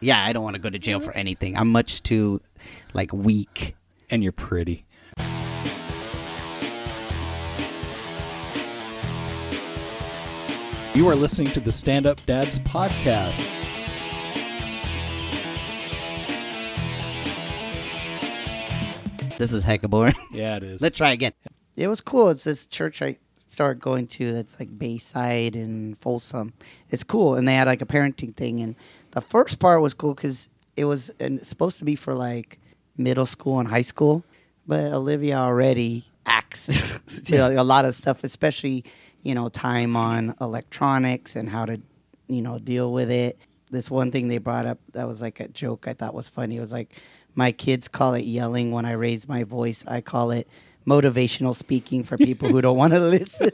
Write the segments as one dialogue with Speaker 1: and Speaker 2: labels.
Speaker 1: Yeah, I don't want to go to jail for anything. I'm much too like weak.
Speaker 2: And you're pretty. You are listening to the Stand Up Dads podcast.
Speaker 1: This is hecka boring.
Speaker 2: Yeah, it is.
Speaker 1: Let's try again.
Speaker 3: It was cool. It's this church I started going to that's like Bayside and Folsom. It's cool, and they had like a parenting thing. And the first part was cool because it was and it's supposed to be for like middle school and high school, but Olivia already acts to a lot of stuff, especially you know time on electronics and how to you know deal with it. This one thing they brought up that was like a joke I thought was funny. It was like my kids call it yelling when I raise my voice. I call it motivational speaking for people who don't want to listen.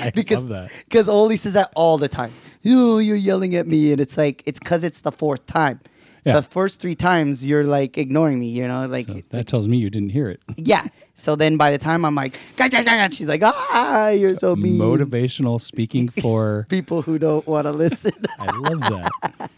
Speaker 2: I
Speaker 3: because
Speaker 2: love that.
Speaker 3: because Oli says that all the time. You you're yelling at me, and it's like it's because it's the fourth time.
Speaker 2: Yeah.
Speaker 3: The first three times you're like ignoring me, you know, like
Speaker 2: So that tells me you didn't hear it.
Speaker 3: yeah. So then by the time I'm like, "Gah, gah, gah," she's like, ah, you're so, mean.
Speaker 2: Motivational speaking for.
Speaker 3: people who don't want to listen.
Speaker 2: I love that.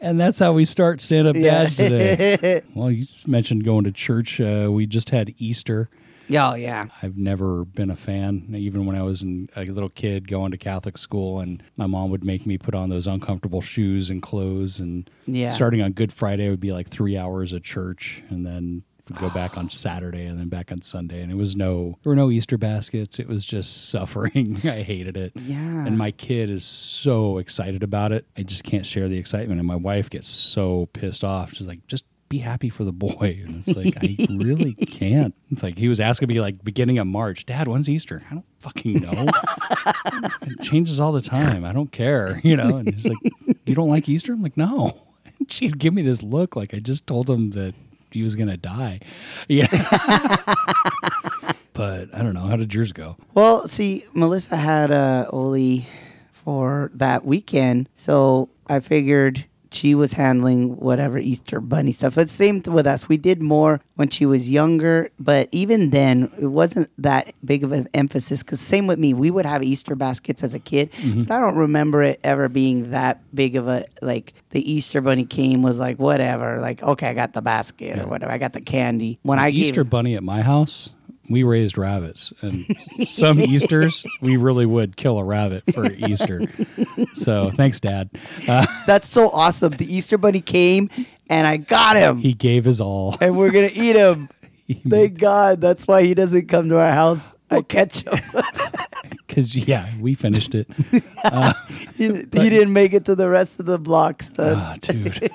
Speaker 2: And that's how we start Stand Up Dads today. Well, you mentioned going to church. Uh, we just had Easter.
Speaker 3: yeah, oh, yeah.
Speaker 2: I've never been a fan, even when I was in, a little kid going to Catholic school, and my mom would make me put on those uncomfortable shoes and clothes. And
Speaker 3: Yeah.
Speaker 2: starting on Good Friday would be like three hours of church, and then we'd go back on Saturday, and then back on Sunday. And it was no, there were no Easter baskets. It was just suffering. I hated it.
Speaker 3: Yeah.
Speaker 2: And my kid is so excited about it. I just can't share the excitement. And my wife gets so pissed off. She's like, just be happy for the boy. And it's like, I really can't. It's like, he was asking me, like, beginning of March, Dad, when's Easter? I don't fucking know. it changes all the time. I don't care. You know? And he's like, You don't like Easter? I'm like, No. And she'd give me this look like I just told him that he was going to die. Yeah. but I don't know. How did yours go?
Speaker 3: Well, see, Melissa had uh, Oli for that weekend, so I figured she was handling whatever Easter bunny stuff. It's same th- with us. We did more when she was younger, but even then, it wasn't that big of an emphasis. Because same with me, we would have Easter baskets as a kid, but I don't remember it ever being that big of a like. The Easter bunny came was like whatever, like okay, I got the basket or whatever, I got the candy. When I
Speaker 2: Easter
Speaker 3: gave,
Speaker 2: bunny at my house, we raised rabbits, and some Easter's we really would kill a rabbit for Easter. so thanks, Dad. Uh,
Speaker 3: that's so awesome. The Easter bunny came. And I got him.
Speaker 2: he gave his all.
Speaker 3: and we're gonna eat him. Thank God. That's why he doesn't come to our house. I catch him.
Speaker 2: Because yeah, we finished it.
Speaker 3: he, he didn't make it to the rest of the block, son.
Speaker 2: Ah, dude.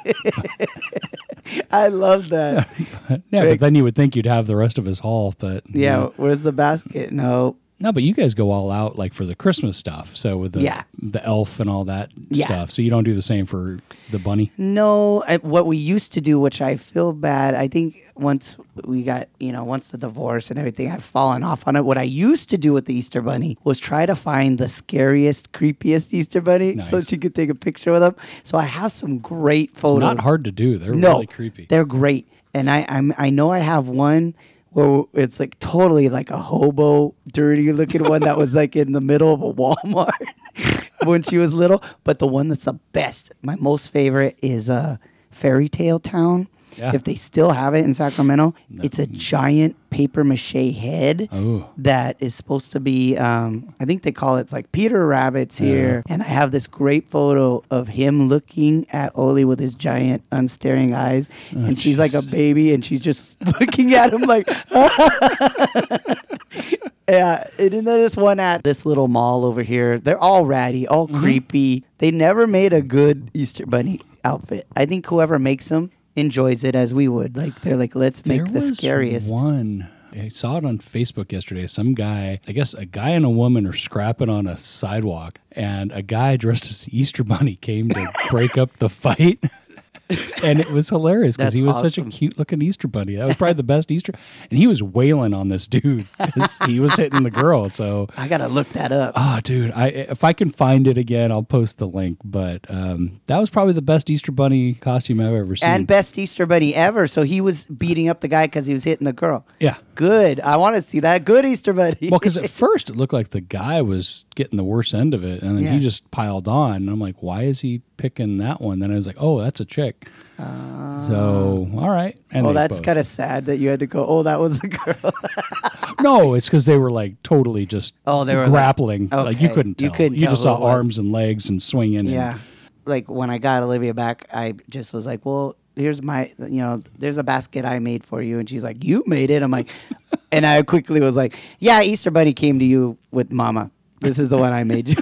Speaker 3: I love that.
Speaker 2: Yeah, but then you would think you'd have the rest of his haul, but
Speaker 3: Yeah, where's the basket? No.
Speaker 2: No, but you guys go all out like for the Christmas stuff. So with the
Speaker 3: Yeah.
Speaker 2: the elf and all that
Speaker 3: Yeah.
Speaker 2: stuff. So you don't do the same for the bunny.
Speaker 3: No, I, what we used to do, which I feel bad, I think once we got, you know, once the divorce and everything, I've fallen off on it. What I used to do with the Easter Bunny was try to find the scariest, creepiest Easter Bunny so
Speaker 2: Nice.
Speaker 3: she could take a picture with him. So I have some great
Speaker 2: It's
Speaker 3: photos.
Speaker 2: not hard to do. They're
Speaker 3: no,
Speaker 2: really creepy.
Speaker 3: They're great, and I I'm, I know I have one where it's like totally like a hobo, dirty looking one that was like in the middle of a Walmart when she was little. But the one that's the best, my most favorite, is uh, Fairy Tale Town.
Speaker 2: Yeah.
Speaker 3: If they still have it in Sacramento, it's a giant paper mache head
Speaker 2: Oh.
Speaker 3: that is supposed to be um, i think they call it like peter rabbit's here and i have this great photo of him looking at oli with his giant unstaring eyes
Speaker 2: Oh,
Speaker 3: and she's like a baby and she's just looking at him like yeah and then there's one at this little mall over here they're all ratty all
Speaker 2: Mm-hmm.
Speaker 3: creepy they never made a good easter bunny outfit i think whoever makes them enjoys it as we would like they're like let's make
Speaker 2: there
Speaker 3: the
Speaker 2: was
Speaker 3: scariest
Speaker 2: one. I saw it on Facebook yesterday. Some guy, I guess a guy and a woman are scrapping on a sidewalk, and a guy dressed as the Easter Bunny came to break up the fight. and it was hilarious because
Speaker 3: That's
Speaker 2: he was such a
Speaker 3: awesome.
Speaker 2: cute looking Easter Bunny. That was probably the best Easter. And he was wailing on this dude 'cause he was hitting the girl. So
Speaker 3: i gotta look that up
Speaker 2: Ah, dude, I if I can find it again, I'll post the link. But um, that was probably the best Easter Bunny costume I've ever seen.
Speaker 3: and best Easter Bunny ever. So he was beating up the guy because he was hitting the girl.
Speaker 2: yeah.
Speaker 3: Good. I want to see that. Good Easter Bunny.
Speaker 2: Well, because at first it looked like the guy was getting the worst end of it, and then
Speaker 3: Yeah.
Speaker 2: he just piled on. And I'm like, why is he picking that one? Then I was like, oh, that's a chick. so all right. And
Speaker 3: Ah. well,
Speaker 2: they
Speaker 3: Oh, that's
Speaker 2: both-
Speaker 3: kind of sad that you had to go. Oh, that was a girl.
Speaker 2: no. It's because they were like totally just
Speaker 3: Oh, they were like-
Speaker 2: grappling. Like, you
Speaker 3: okay.
Speaker 2: couldn't tell.
Speaker 3: You couldn't tell
Speaker 2: just
Speaker 3: who
Speaker 2: saw
Speaker 3: it was.
Speaker 2: arms and legs and swinging.
Speaker 3: yeah, like when I got Olivia back, I just was like, well, here's my, you know, there's a basket I made for you, and she's like, you made it. I'm like, and I quickly was like, yeah, Easter Bunny came to you with Mama. This is the one I made you.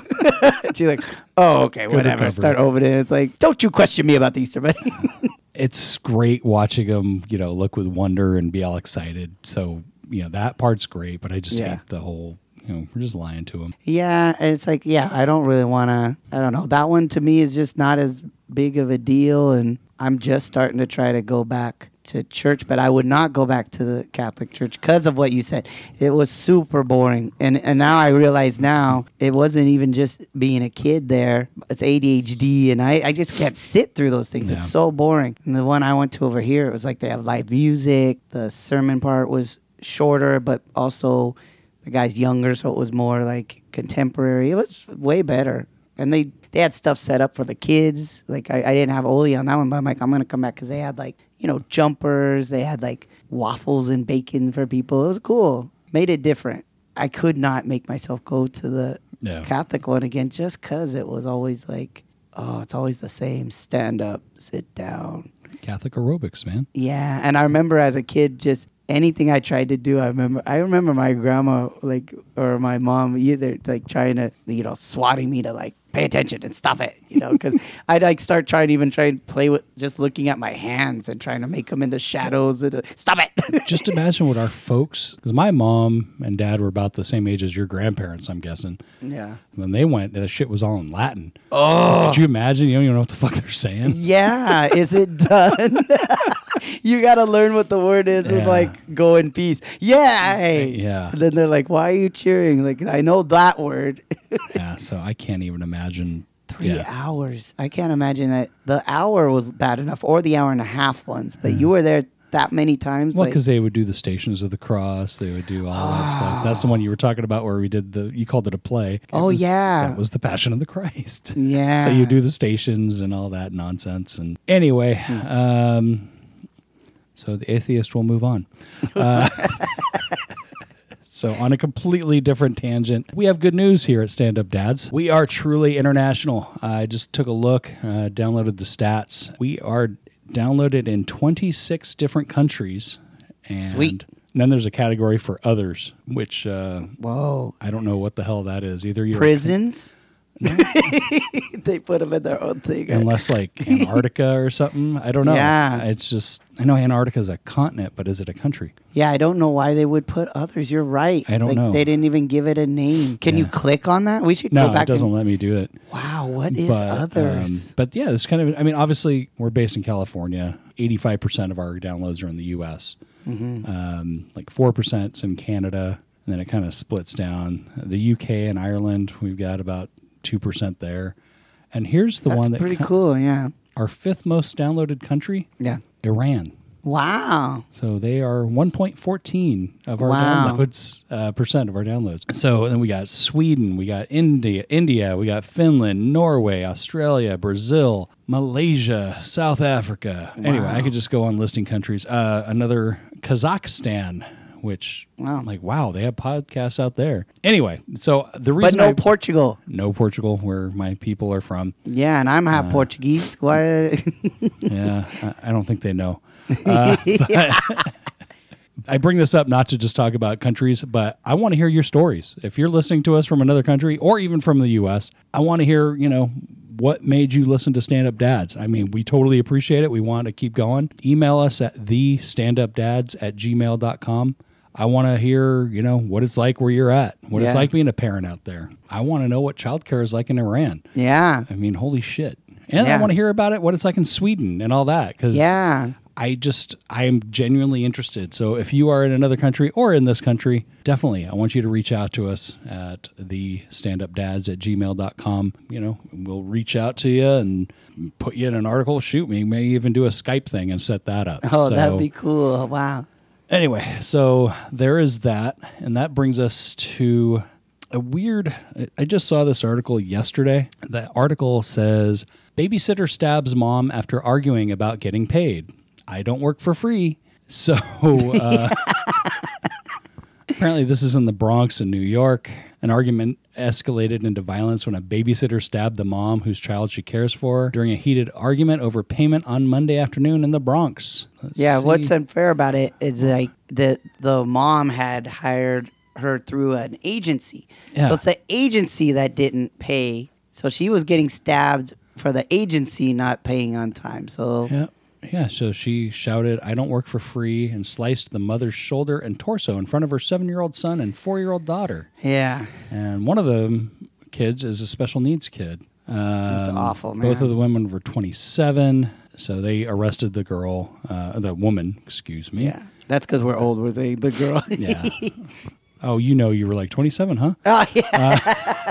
Speaker 3: she's like, oh, okay, whatever.
Speaker 2: recovery.
Speaker 3: Start opening. it. It's like, don't you question me about the Easter Bunny.
Speaker 2: And it's great watching them. You know, look with wonder and be all excited. So you know that part's great. But I just
Speaker 3: Yeah.
Speaker 2: hate the whole. You know, we're just lying to them.
Speaker 3: Yeah, it's like yeah, I don't really want to. I don't know. That one to me is just not as big of a deal, and I'm just starting to try to go back to church. But I would not go back to the Catholic Church because of what you said. It was super boring, and and now I realize now it wasn't even just being a kid there. It's ADHD, and I I just can't sit through those things.
Speaker 2: Yeah.
Speaker 3: It's so boring. And the one I went to over here, it was like they have live music. The sermon part was shorter, but also the guy's younger, so it was more like contemporary. It was way better, and they they had stuff set up for the kids. Like I, I didn't have Oli on that one, but I'm like I'm gonna come back because they had like you know jumpers, they had like waffles and bacon for people. It was cool, made it different. I could not make myself go to the
Speaker 2: Yeah.
Speaker 3: Catholic one again just because it was always like, oh, it's always the same. Stand up, sit down.
Speaker 2: Catholic aerobics, man.
Speaker 3: Yeah, and I remember as a kid, just anything I tried to do, I remember. I remember my grandma, like, or my mom, either like trying to, you know, swatting me to like pay attention and stop it, you know, because I'd like start trying to even try and play with just looking at my hands and trying to make them into shadows and uh, stop it.
Speaker 2: just imagine what our folks, because my mom and dad were about the same age as your grandparents, I'm guessing.
Speaker 3: yeah.
Speaker 2: When they went, the shit was all in Latin. Oh, could you imagine? You don't even know what the fuck they're saying.
Speaker 3: Yeah, is it done? you gotta learn what the word is and
Speaker 2: Yeah.
Speaker 3: like go in peace. Yeah.
Speaker 2: Yeah.
Speaker 3: Then they're like, "Why are you cheering?" Like, I know that word.
Speaker 2: yeah, so I can't even imagine.
Speaker 3: Three
Speaker 2: yeah,
Speaker 3: hours. I can't imagine that. The hour was bad enough, or the hour and a half ones. But you were there that many times.
Speaker 2: Mm. well,
Speaker 3: like-
Speaker 2: because they would do the Stations of the Cross, they would do all that stuff. That's the one you were talking about where we did the. You called it a play. It
Speaker 3: Ah. Oh,
Speaker 2: was-
Speaker 3: yeah.
Speaker 2: that was the Passion of the Christ.
Speaker 3: Yeah.
Speaker 2: so you do the stations and all that nonsense. And anyway,
Speaker 3: Hmm.
Speaker 2: um, so the atheist will move on. Uh, So, on a completely different tangent, we have good news here at Stand Up Dads. We are truly international. I just took a look, uh, downloaded the stats. We are downloaded in 26 different countries. And
Speaker 3: Sweet.
Speaker 2: then there's a category for others, which uh,
Speaker 3: whoa
Speaker 2: I don't know what the hell that is. Either you're
Speaker 3: prisons. they put them in their own thing.
Speaker 2: unless like Antarctica or something. I don't know.
Speaker 3: Yeah.
Speaker 2: it's just I know Antarctica is a continent, but is it a country?
Speaker 3: Yeah, I don't know why they would put others. You're right.
Speaker 2: I don't
Speaker 3: like,
Speaker 2: know.
Speaker 3: They didn't even give it a name. Can you click on that? We should
Speaker 2: No,
Speaker 3: go back.
Speaker 2: it doesn't
Speaker 3: And,
Speaker 2: let me do it.
Speaker 3: wow, what is
Speaker 2: but
Speaker 3: others?
Speaker 2: um, but yeah, it's kind of. I mean, obviously, we're based in California. Eighty-five percent of our downloads are in the U.S.
Speaker 3: Mm-hmm.
Speaker 2: Um, like four percent's in Canada, and then it kind of splits down. The U.K. and Ireland, we've got about two percent there. And here's the
Speaker 3: That's
Speaker 2: one that
Speaker 3: pretty
Speaker 2: co-
Speaker 3: cool. Yeah,
Speaker 2: our fifth most downloaded country,
Speaker 3: yeah.
Speaker 2: Iran.
Speaker 3: Wow.
Speaker 2: So they are 1.14 of our
Speaker 3: Wow.
Speaker 2: downloads uh, percent of our downloads. So then we got Sweden, we got India, India, we got Finland, Norway, Australia, Brazil, Malaysia, South Africa. Anyway, I could just go on listing countries. Uh, another Kazakhstan, which
Speaker 3: Wow.
Speaker 2: I'm like wow, they have podcasts out there. Anyway, so the
Speaker 3: But
Speaker 2: reason
Speaker 3: no
Speaker 2: I-
Speaker 3: Portugal.
Speaker 2: no Portugal, where my people are from.
Speaker 3: Yeah, and I'm
Speaker 2: Uh,
Speaker 3: half Portuguese. Why?
Speaker 2: yeah, I, I don't think they know. Uh, but- I bring this up not to just talk about countries, but I want to hear your stories. If you're listening to us from another country or even from the U.S., I want to hear, you know, what made you listen to Stand Up Dads? I mean, we totally appreciate it. We want to keep going. Email us at thestandupdads at gmail.com. I want to hear, you know, what it's like where you're at, what
Speaker 3: Yeah.
Speaker 2: it's like being a parent out there. I want to know what childcare is like in Iran.
Speaker 3: yeah,
Speaker 2: I mean, holy shit. And I
Speaker 3: Yeah.
Speaker 2: want to hear about it, what it's like in Sweden and all that. Because
Speaker 3: yeah.
Speaker 2: I just, I am genuinely interested. So if you are in another country or in this country, definitely, I want you to reach out to us at the standupdads at gmail.com. You know, we'll reach out to you and put you in an article. Shoot me, may even do a Skype thing and set that up.
Speaker 3: Oh,
Speaker 2: So-
Speaker 3: that'd be cool. Wow.
Speaker 2: Anyway, so there is that, and that brings us to a weird. I- I just saw this article yesterday. The article says Babysitter stabs mom after arguing about getting paid. I don't work for free. So uh, apparently, this is in the Bronx in New York. An argument escalated into violence when a babysitter stabbed the mom whose child she cares for during a heated argument over payment on Monday afternoon in the Bronx. Let's
Speaker 3: Yeah, what's
Speaker 2: see.
Speaker 3: unfair about it is like the the mom had hired her through an agency.
Speaker 2: Yeah.
Speaker 3: So it's the agency that didn't pay. So she was getting stabbed for the agency not paying on time. So
Speaker 2: Yeah. Yeah. So she shouted, I don't work for free, and sliced the mother's shoulder and torso in front of her seven year old son and four year old daughter.
Speaker 3: yeah.
Speaker 2: And one of the kids is a special needs kid. Um, That's
Speaker 3: awful,
Speaker 2: Both
Speaker 3: man.
Speaker 2: of the women were 27. So they arrested the girl, uh, the woman, excuse me.
Speaker 3: Yeah. That's because we're old. Was they the girl?
Speaker 2: Yeah. oh, you know, you were like 27, huh?
Speaker 3: oh yeah.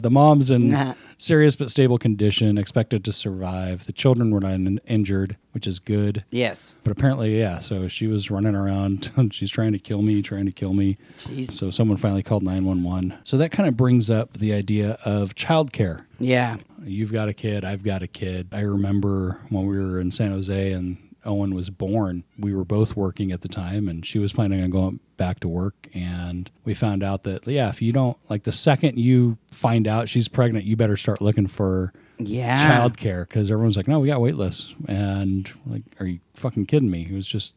Speaker 2: The mom's in
Speaker 3: Nah.
Speaker 2: serious but stable condition, expected to survive. The children were not in- injured, which is good.
Speaker 3: yes.
Speaker 2: But apparently, yeah. So she was running around. She's trying to kill me, trying to kill me.
Speaker 3: Jeez.
Speaker 2: So someone finally called 911. So that kind of brings up the idea of childcare.
Speaker 3: Yeah.
Speaker 2: You've got a kid, I've got a kid. I remember when we were in San Jose and Owen was born, we were both working at the time and she was planning on going back to work. And we found out that, yeah, if you don't, like the second you find out she's pregnant, you better start looking for
Speaker 3: Yeah.
Speaker 2: child care because everyone's like, no, we got wait lists. And like, are you fucking kidding me? It was just,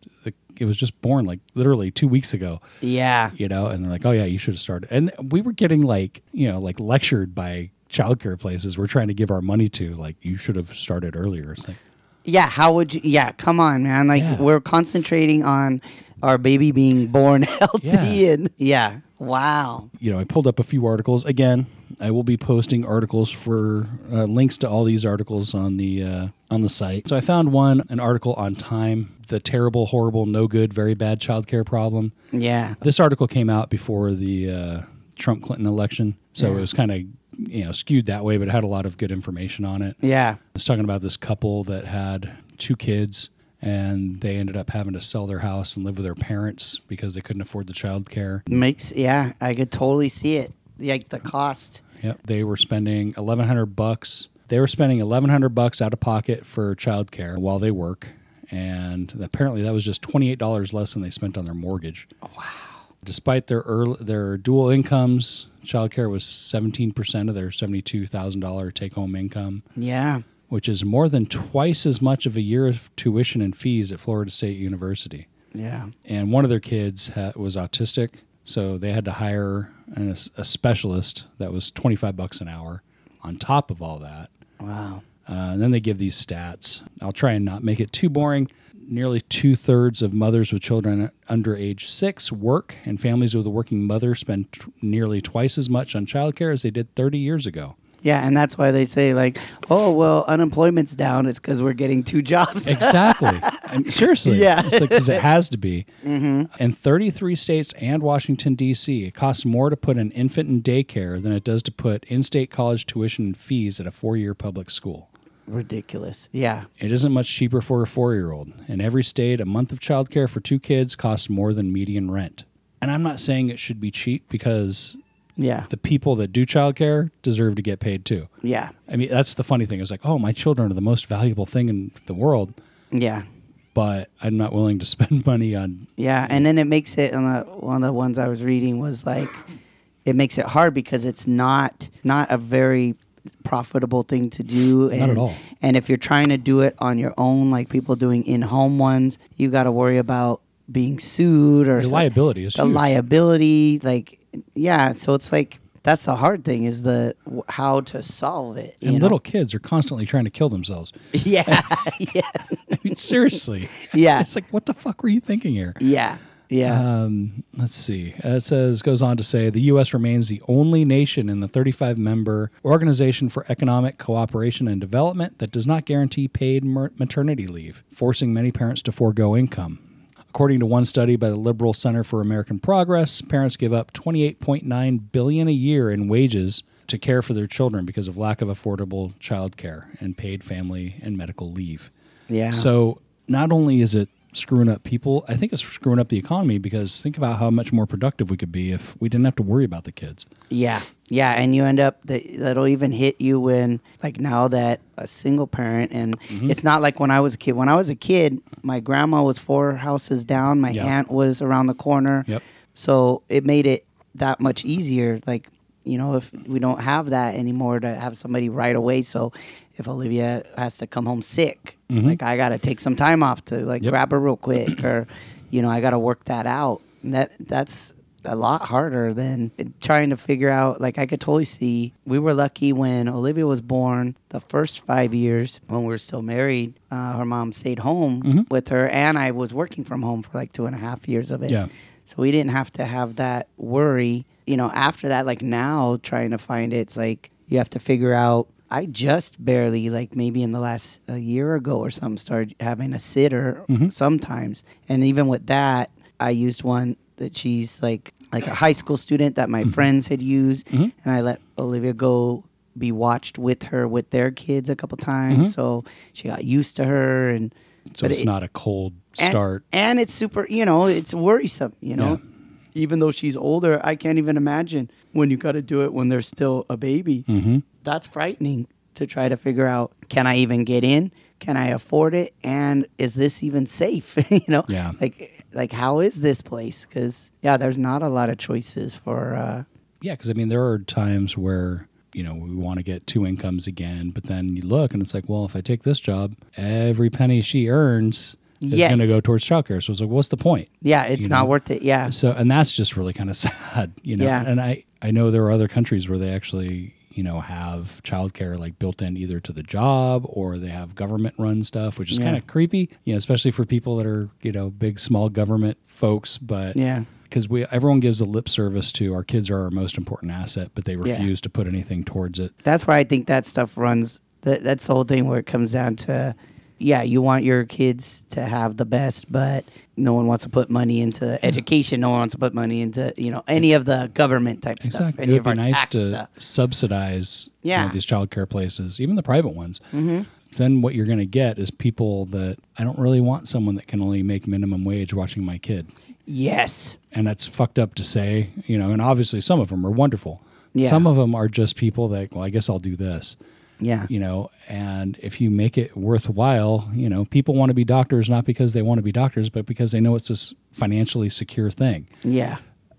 Speaker 2: it was just born like literally two weeks ago,
Speaker 3: Yeah.
Speaker 2: you know? And they're like, oh yeah, you should have started. And we were getting like, you know, like lectured by childcare places we're trying to give our money to. Like, you should have started earlier. It's like,
Speaker 3: Yeah. How would you? Yeah. Come on, man. Like
Speaker 2: Yeah.
Speaker 3: we're concentrating on our baby being born healthy
Speaker 2: Yeah.
Speaker 3: and yeah. Wow.
Speaker 2: you know, I pulled up a few articles. Again, I will be posting articles for uh, links to all these articles on the uh, on the site. So I found one, an article on time, the terrible, horrible, no good, very bad childcare problem.
Speaker 3: Yeah.
Speaker 2: This article came out before the uh, Trump Clinton election, so it
Speaker 3: Yeah.
Speaker 2: was kind of you know skewed that way, but it had a lot of good information on it.
Speaker 3: Yeah.
Speaker 2: It's talking about this couple that had two kids and they ended up having to sell their house and live with their parents because they couldn't afford the child care.
Speaker 3: Makes yeah, I could totally see it. Like the cost.
Speaker 2: Yep. They were spending eleven hundred bucks. They were spending eleven hundred bucks out of pocket for childcare while they work, and apparently that was just twenty eight dollars less than they spent on their mortgage. Wow. Despite their earl their dual incomes, childcare was seventeen percent of their seventy two thousand dollar take home income,
Speaker 3: Yeah.
Speaker 2: which is more than twice as much of a year of tuition and fees at Florida State University
Speaker 3: Yeah.
Speaker 2: and one of their kids ha- was autistic, so they had to hire an, as- a specialist that was 25 bucks an hour on top of all that.
Speaker 3: Wow.
Speaker 2: Uh, and then they give these stats. I'll try and not make it too boring. Nearly two thirds of mothers with children under age six work, and families with a working mother spend t- nearly twice as much on childcare as they did 30 years ago.
Speaker 3: Yeah, and that's why they say like, "Oh, well, unemployment's down. It's because we're getting two jobs."
Speaker 2: Exactly. I mean, seriously.
Speaker 3: Yeah.
Speaker 2: It's like, 'cause it has to be. In 33 states and Washington, D.C., it costs more to put an infant in daycare than it does to put in state college tuition and fees at a four year public school.
Speaker 3: Ridiculous. Yeah.
Speaker 2: It isn't much cheaper for a four year old. In every state, a month of childcare for two kids costs more than median rent. And I'm not saying it should be cheap because
Speaker 3: Yeah.
Speaker 2: the people that do childcare deserve to get paid too.
Speaker 3: Yeah.
Speaker 2: I mean, that's the funny thing. It's like, oh, my children are the most valuable thing in the world
Speaker 3: Yeah.
Speaker 2: but I'm not willing to spend money on.
Speaker 3: Yeah, and then it makes it on the one of the ones I was reading was like it makes it hard because it's not not a very profitable thing to do and,
Speaker 2: at all.
Speaker 3: and if you're trying to do it on your own like people doing in-home ones you got to worry about being sued or
Speaker 2: Your
Speaker 3: some-
Speaker 2: liability is
Speaker 3: the
Speaker 2: huge.
Speaker 3: liability like yeah so it's like that's the hard thing is the w- how to solve it you
Speaker 2: And
Speaker 3: know?
Speaker 2: little kids are constantly trying to kill themselves.
Speaker 3: yeah yeah
Speaker 2: I mean, seriously.
Speaker 3: Yeah.
Speaker 2: It's like, what the fuck were you thinking here?
Speaker 3: yeah yeah
Speaker 2: Um, let's see. Uh, It says goes on to say the U.S. remains the only nation in the 35 member Organization for Economic Cooperation and Development that does not guarantee paid mer- maternity leave, forcing many parents to forego income. According to one study by the Liberal Center for American Progress, parents give up 28.9 billion a year in wages to care for their children because of lack of affordable childcare and paid family and medical leave.
Speaker 3: yeah
Speaker 2: So not only is it screwing up people. I think it's screwing up the economy because think about how much more productive we could be if we didn't have to worry about the kids.
Speaker 3: Yeah, yeah, and you end up that that'll even hit you when like now that a single parent, and
Speaker 2: Mm-hmm.
Speaker 3: it's not like when I was a kid. When I was a kid, my grandma was four houses down, my
Speaker 2: Yeah.
Speaker 3: aunt was around the corner.
Speaker 2: Yep.
Speaker 3: So it made it that much easier. Like you know, if we don't have that anymore, to have somebody right away. So if Olivia has to come home sick, like I got to take some time off to like
Speaker 2: Mm-hmm. Yep.
Speaker 3: grab her real quick, or you know, I got to work that out. And that that's a lot harder than trying to figure out like i could totally see we were lucky when olivia was born the first five years when we were still married uh, her mom stayed home
Speaker 2: Mm-hmm.
Speaker 3: with her and i was working from home for like two and a half years of it
Speaker 2: Yeah.
Speaker 3: so we didn't have to have that worry you know after that like now trying to find it, it's like you have to figure out i just barely like maybe in the last a year ago or something started having a sitter
Speaker 2: Mm-hmm.
Speaker 3: sometimes and even with that i used one that she's like like a high school student that
Speaker 2: Mm-hmm.
Speaker 3: my friends had used and i let olivia go be watched with her with their kids a couple times so she got used to her and
Speaker 2: Mm-hmm. So
Speaker 3: but
Speaker 2: it's
Speaker 3: it-
Speaker 2: not a cold
Speaker 3: and-
Speaker 2: start.
Speaker 3: And, it's super, you know, it's worrisome, you know.
Speaker 2: Yeah.
Speaker 3: Even though she's older, I can't even imagine when you got to do it when they're still a baby.
Speaker 2: Mm-hmm.
Speaker 3: That's frightening to try to figure out can I even get in? Can I afford it? And is this even safe? you know,
Speaker 2: Yeah.
Speaker 3: like like how is this place? Because yeah, there's not a lot of choices for. uh
Speaker 2: yeah, because I mean, there are times where you know we want to get two incomes again, but then you look and it's like, well, if I take this job, every penny she earns is
Speaker 3: Yes.
Speaker 2: going to go towards childcare. So it's like, what's the point?
Speaker 3: Yeah, it's
Speaker 2: You
Speaker 3: not
Speaker 2: know?
Speaker 3: worth it. Yeah,
Speaker 2: So, and that's just really kind of sad, you know.
Speaker 3: Yeah.
Speaker 2: And I I know there are other countries where they actually you know have childcare like built in either to the job or they have government run stuff, which is
Speaker 3: Yeah.
Speaker 2: kind of creepy, you know, especially for people that are you know big small government folks. But
Speaker 3: Yeah.
Speaker 2: because we everyone gives a lip service to our kids are our most important asset, but they
Speaker 3: Yeah.
Speaker 2: refuse to put anything towards it.
Speaker 3: That's where I think that stuff runs. That that's the whole thing where it comes down to, yeah, you want your kids to have the best, but no one wants to put money into education. No one wants to put money into you know any of the government type stuff.
Speaker 2: Exactly.
Speaker 3: Any
Speaker 2: It
Speaker 3: of
Speaker 2: would be
Speaker 3: our
Speaker 2: nice
Speaker 3: tax
Speaker 2: to
Speaker 3: stuff.
Speaker 2: subsidize you know,
Speaker 3: Yeah.
Speaker 2: these childcare places, even the private ones. Mm-hmm. Then what you're going to get is people that I don't really want someone that can only make minimum wage watching my kid.
Speaker 3: Yes.
Speaker 2: And that's fucked up to say, you know, and obviously some of them are wonderful.
Speaker 3: Yeah.
Speaker 2: Some of them are just people that, well, I guess I'll do this,
Speaker 3: Yeah.
Speaker 2: you know, and if you make it worthwhile, you know, people want to be doctors not because they want to be doctors, but because they know it's this financially secure thing
Speaker 3: Yeah.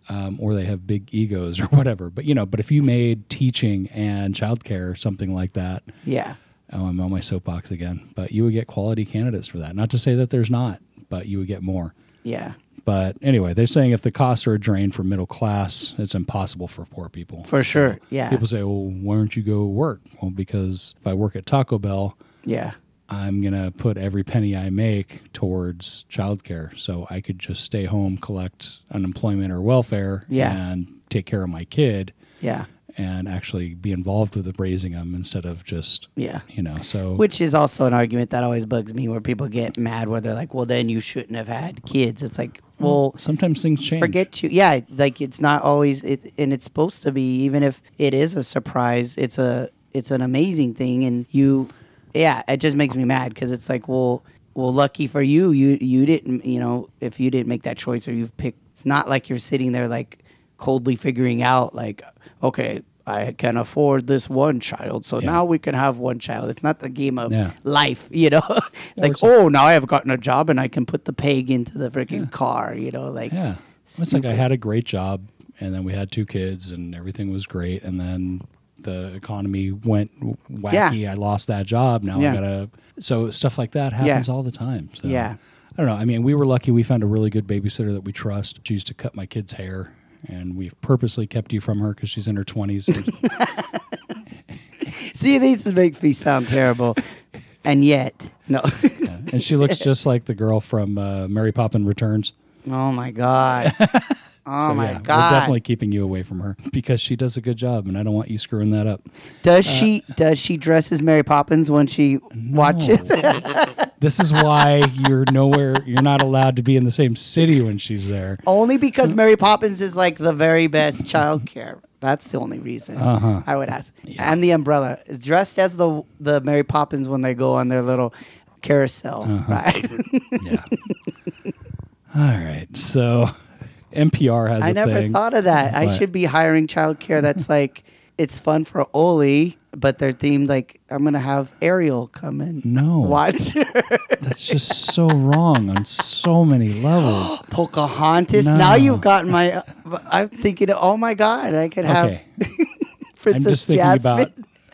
Speaker 2: um, or they have big egos or whatever. But you know, but if you made teaching and childcare something like that,
Speaker 3: Yeah.
Speaker 2: oh, I'm on my soapbox again. But you would get quality candidates for that. Not to say that there's not, but you would get more.
Speaker 3: Yeah.
Speaker 2: But anyway, they're saying if the costs are a drain for middle class, it's impossible for poor people.
Speaker 3: For sure. Yeah.
Speaker 2: People say, "Well, why don't you go work?" Well, because if I work at Taco Bell,
Speaker 3: yeah.
Speaker 2: I'm gonna put every penny I make towards childcare, so I could just stay home, collect unemployment or welfare,
Speaker 3: Yeah.
Speaker 2: and take care of my kid,
Speaker 3: Yeah.
Speaker 2: and actually be involved with the raising them instead of just,
Speaker 3: Yeah.
Speaker 2: you know. So
Speaker 3: Which is also an argument that always bugs me, where people get mad, where they're like, "Well, then you shouldn't have had kids." It's
Speaker 2: Mm.
Speaker 3: like, well,
Speaker 2: sometimes things change.
Speaker 3: forget you. Yeah, like it's not always it, and it's supposed to be. Even if it is a surprise, it's a it's an amazing thing, and you, yeah, it just makes me mad because it's like, well, well, lucky for you, you you didn't, you know, if you didn't make that choice or you've picked, it's not like you're sitting there like coldly figuring out like, okay. I can afford this one child, so
Speaker 2: Yeah.
Speaker 3: now we can have one child. It's not the game of
Speaker 2: Yeah.
Speaker 3: life, you know. like,
Speaker 2: it's a-
Speaker 3: oh, now I have gotten a job and I can put the peg into the freaking car, you know. Like,
Speaker 2: Yeah, it's like I had a great job, and then we had two kids, and everything was great, and then the economy went wacky. I lost that job. Now
Speaker 3: Yeah.
Speaker 2: I gotta. So stuff like that happens all the time. So
Speaker 3: Yeah.
Speaker 2: I don't know. I mean, we were lucky. We found a really good babysitter that we trust. She used to cut my kid's hair, and we've purposely kept you from her because she's in her twenties.
Speaker 3: See, these make me sound terrible, and yet, no.
Speaker 2: and she looks just like the girl from uh, Mary Poppins Returns.
Speaker 3: oh my god. Oh
Speaker 2: So,
Speaker 3: my
Speaker 2: yeah,
Speaker 3: god.
Speaker 2: We're definitely keeping you away from her because she does a good job, and I don't want you screwing that up. uh,
Speaker 3: does she does she dress as Mary Poppins when she watches?
Speaker 2: This is why you're nowhere. You're not allowed to be in the same city when she's there.
Speaker 3: only because Mary Poppins is like the very best childcare. That's the only reason
Speaker 2: Uh-huh.
Speaker 3: I would ask. And the umbrella is dressed as the
Speaker 2: Uh-huh.
Speaker 3: the Mary Poppins when they go on their little carousel, right?
Speaker 2: Yeah. All right. So NPR has
Speaker 3: I
Speaker 2: a
Speaker 3: never
Speaker 2: thing.
Speaker 3: thought of that. I
Speaker 2: but-
Speaker 3: should be hiring childcare. That's like it's fun for Oli, but they're themed like I'm gonna have Ariel come and
Speaker 2: No.
Speaker 3: watch her.
Speaker 2: That's just so wrong on so many levels.
Speaker 3: Pocahontas.
Speaker 2: No.
Speaker 3: Now you've gotten my. I'm thinking, oh my god, I could have
Speaker 2: Okay. I'm
Speaker 3: Princess
Speaker 2: just thinking
Speaker 3: Jasmine.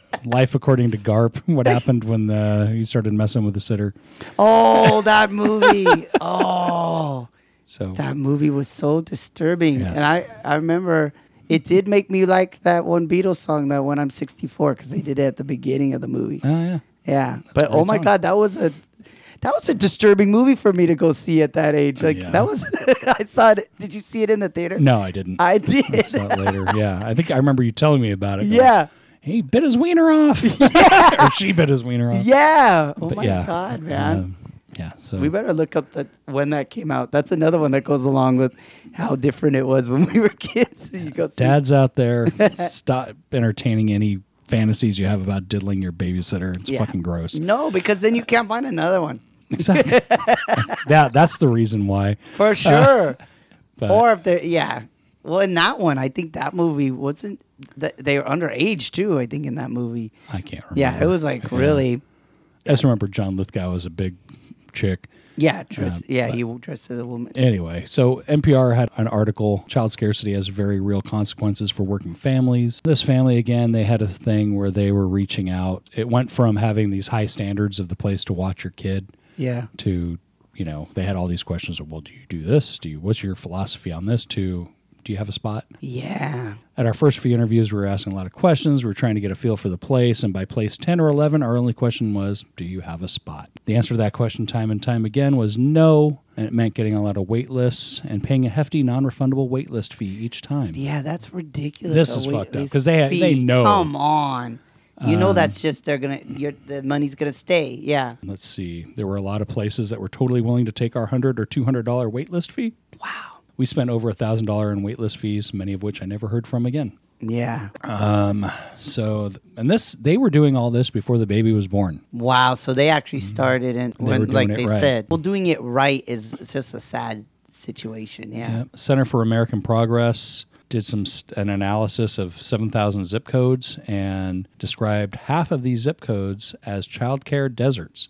Speaker 2: about life according to Garp. What happened when uh he started messing with the sitter?
Speaker 3: Oh, that movie. oh,
Speaker 2: So
Speaker 3: that movie was so disturbing,
Speaker 2: Yes.
Speaker 3: and I I remember. It did make me like that one Beatles song, that when I'm 64, because they did it at the beginning of the movie.
Speaker 2: Oh, yeah.
Speaker 3: Yeah, but
Speaker 2: great
Speaker 3: oh my
Speaker 2: song.
Speaker 3: god, that was a that was a disturbing movie for me to go see at that age. Like
Speaker 2: Yeah.
Speaker 3: that was I saw it. Did you see it in the theater?
Speaker 2: No, I didn't.
Speaker 3: I
Speaker 2: I
Speaker 3: did.
Speaker 2: saw it later. Yeah. I think I remember you telling me about it. going,
Speaker 3: Yeah.
Speaker 2: He bit his wiener off. or she bit his wiener off.
Speaker 3: Yeah. Oh
Speaker 2: But
Speaker 3: my
Speaker 2: yeah,
Speaker 3: god, man.
Speaker 2: um, yeah. So
Speaker 3: we better look up that when that came out. That's another one that goes along with how different it was when we were kids. You go see
Speaker 2: dads out there, stop entertaining any fantasies you have about diddling your babysitter. It's
Speaker 3: Yeah.
Speaker 2: fucking gross.
Speaker 3: No, because then you can't find another one.
Speaker 2: Exactly. that that's the reason why.
Speaker 3: For sure.
Speaker 2: Uh, But
Speaker 3: or if they yeah. Well, in that one, I think that movie wasn't th- they were underage too, I think in that movie.
Speaker 2: I can't remember.
Speaker 3: Yeah, it was like
Speaker 2: Yeah.
Speaker 3: really.
Speaker 2: I just remember John Lithgow was a big chick.
Speaker 3: Yeah, dress,
Speaker 2: Um,
Speaker 3: yeah, he dressed as a woman.
Speaker 2: Anyway, so NPR had an article Child Scarcity has Very Real Consequences for Working Families. This family, again, they had a thing where they were reaching out. It went from having these high standards of the place to watch your kid
Speaker 3: Yeah,
Speaker 2: to, you know, they had all these questions of, well, do you do this? Do you, what's your philosophy on this? To, do you have a spot?
Speaker 3: yeah,
Speaker 2: At our first few interviews, we were asking a lot of questions. We were trying to get a feel for the place. And by place 10 or 11, our only question was, Do you have a spot? The answer to that question, time and time again, was no. And it meant getting a lot of wait lists and paying a hefty, non refundable wait list fee each time.
Speaker 3: yeah. That's ridiculous.
Speaker 2: This
Speaker 3: A
Speaker 2: is
Speaker 3: wait
Speaker 2: fucked up,
Speaker 3: list
Speaker 2: 'cause they-
Speaker 3: fee.
Speaker 2: they know. Um,
Speaker 3: Come on, you know that's just they're gonna. Your the money's gonna stay. Yeah.
Speaker 2: Let's see. There were a lot of places that were totally willing to take our 100 or $200 wait list fee.
Speaker 3: Wow.
Speaker 2: We spent over $1,000 in wait list fees, many of which I never heard from again.
Speaker 3: Yeah.
Speaker 2: So, th- and this, they were doing all this before the baby was born.
Speaker 3: Wow. So they actually started and
Speaker 2: Mm-hmm. were
Speaker 3: when,
Speaker 2: doing
Speaker 3: like
Speaker 2: it
Speaker 3: they
Speaker 2: right.
Speaker 3: said, well, doing it right is it's just a sad situation. Yeah.
Speaker 2: Yeah. Center for American Progress did some st- an analysis of 7,000 zip codes and described half of these zip codes as childcare deserts,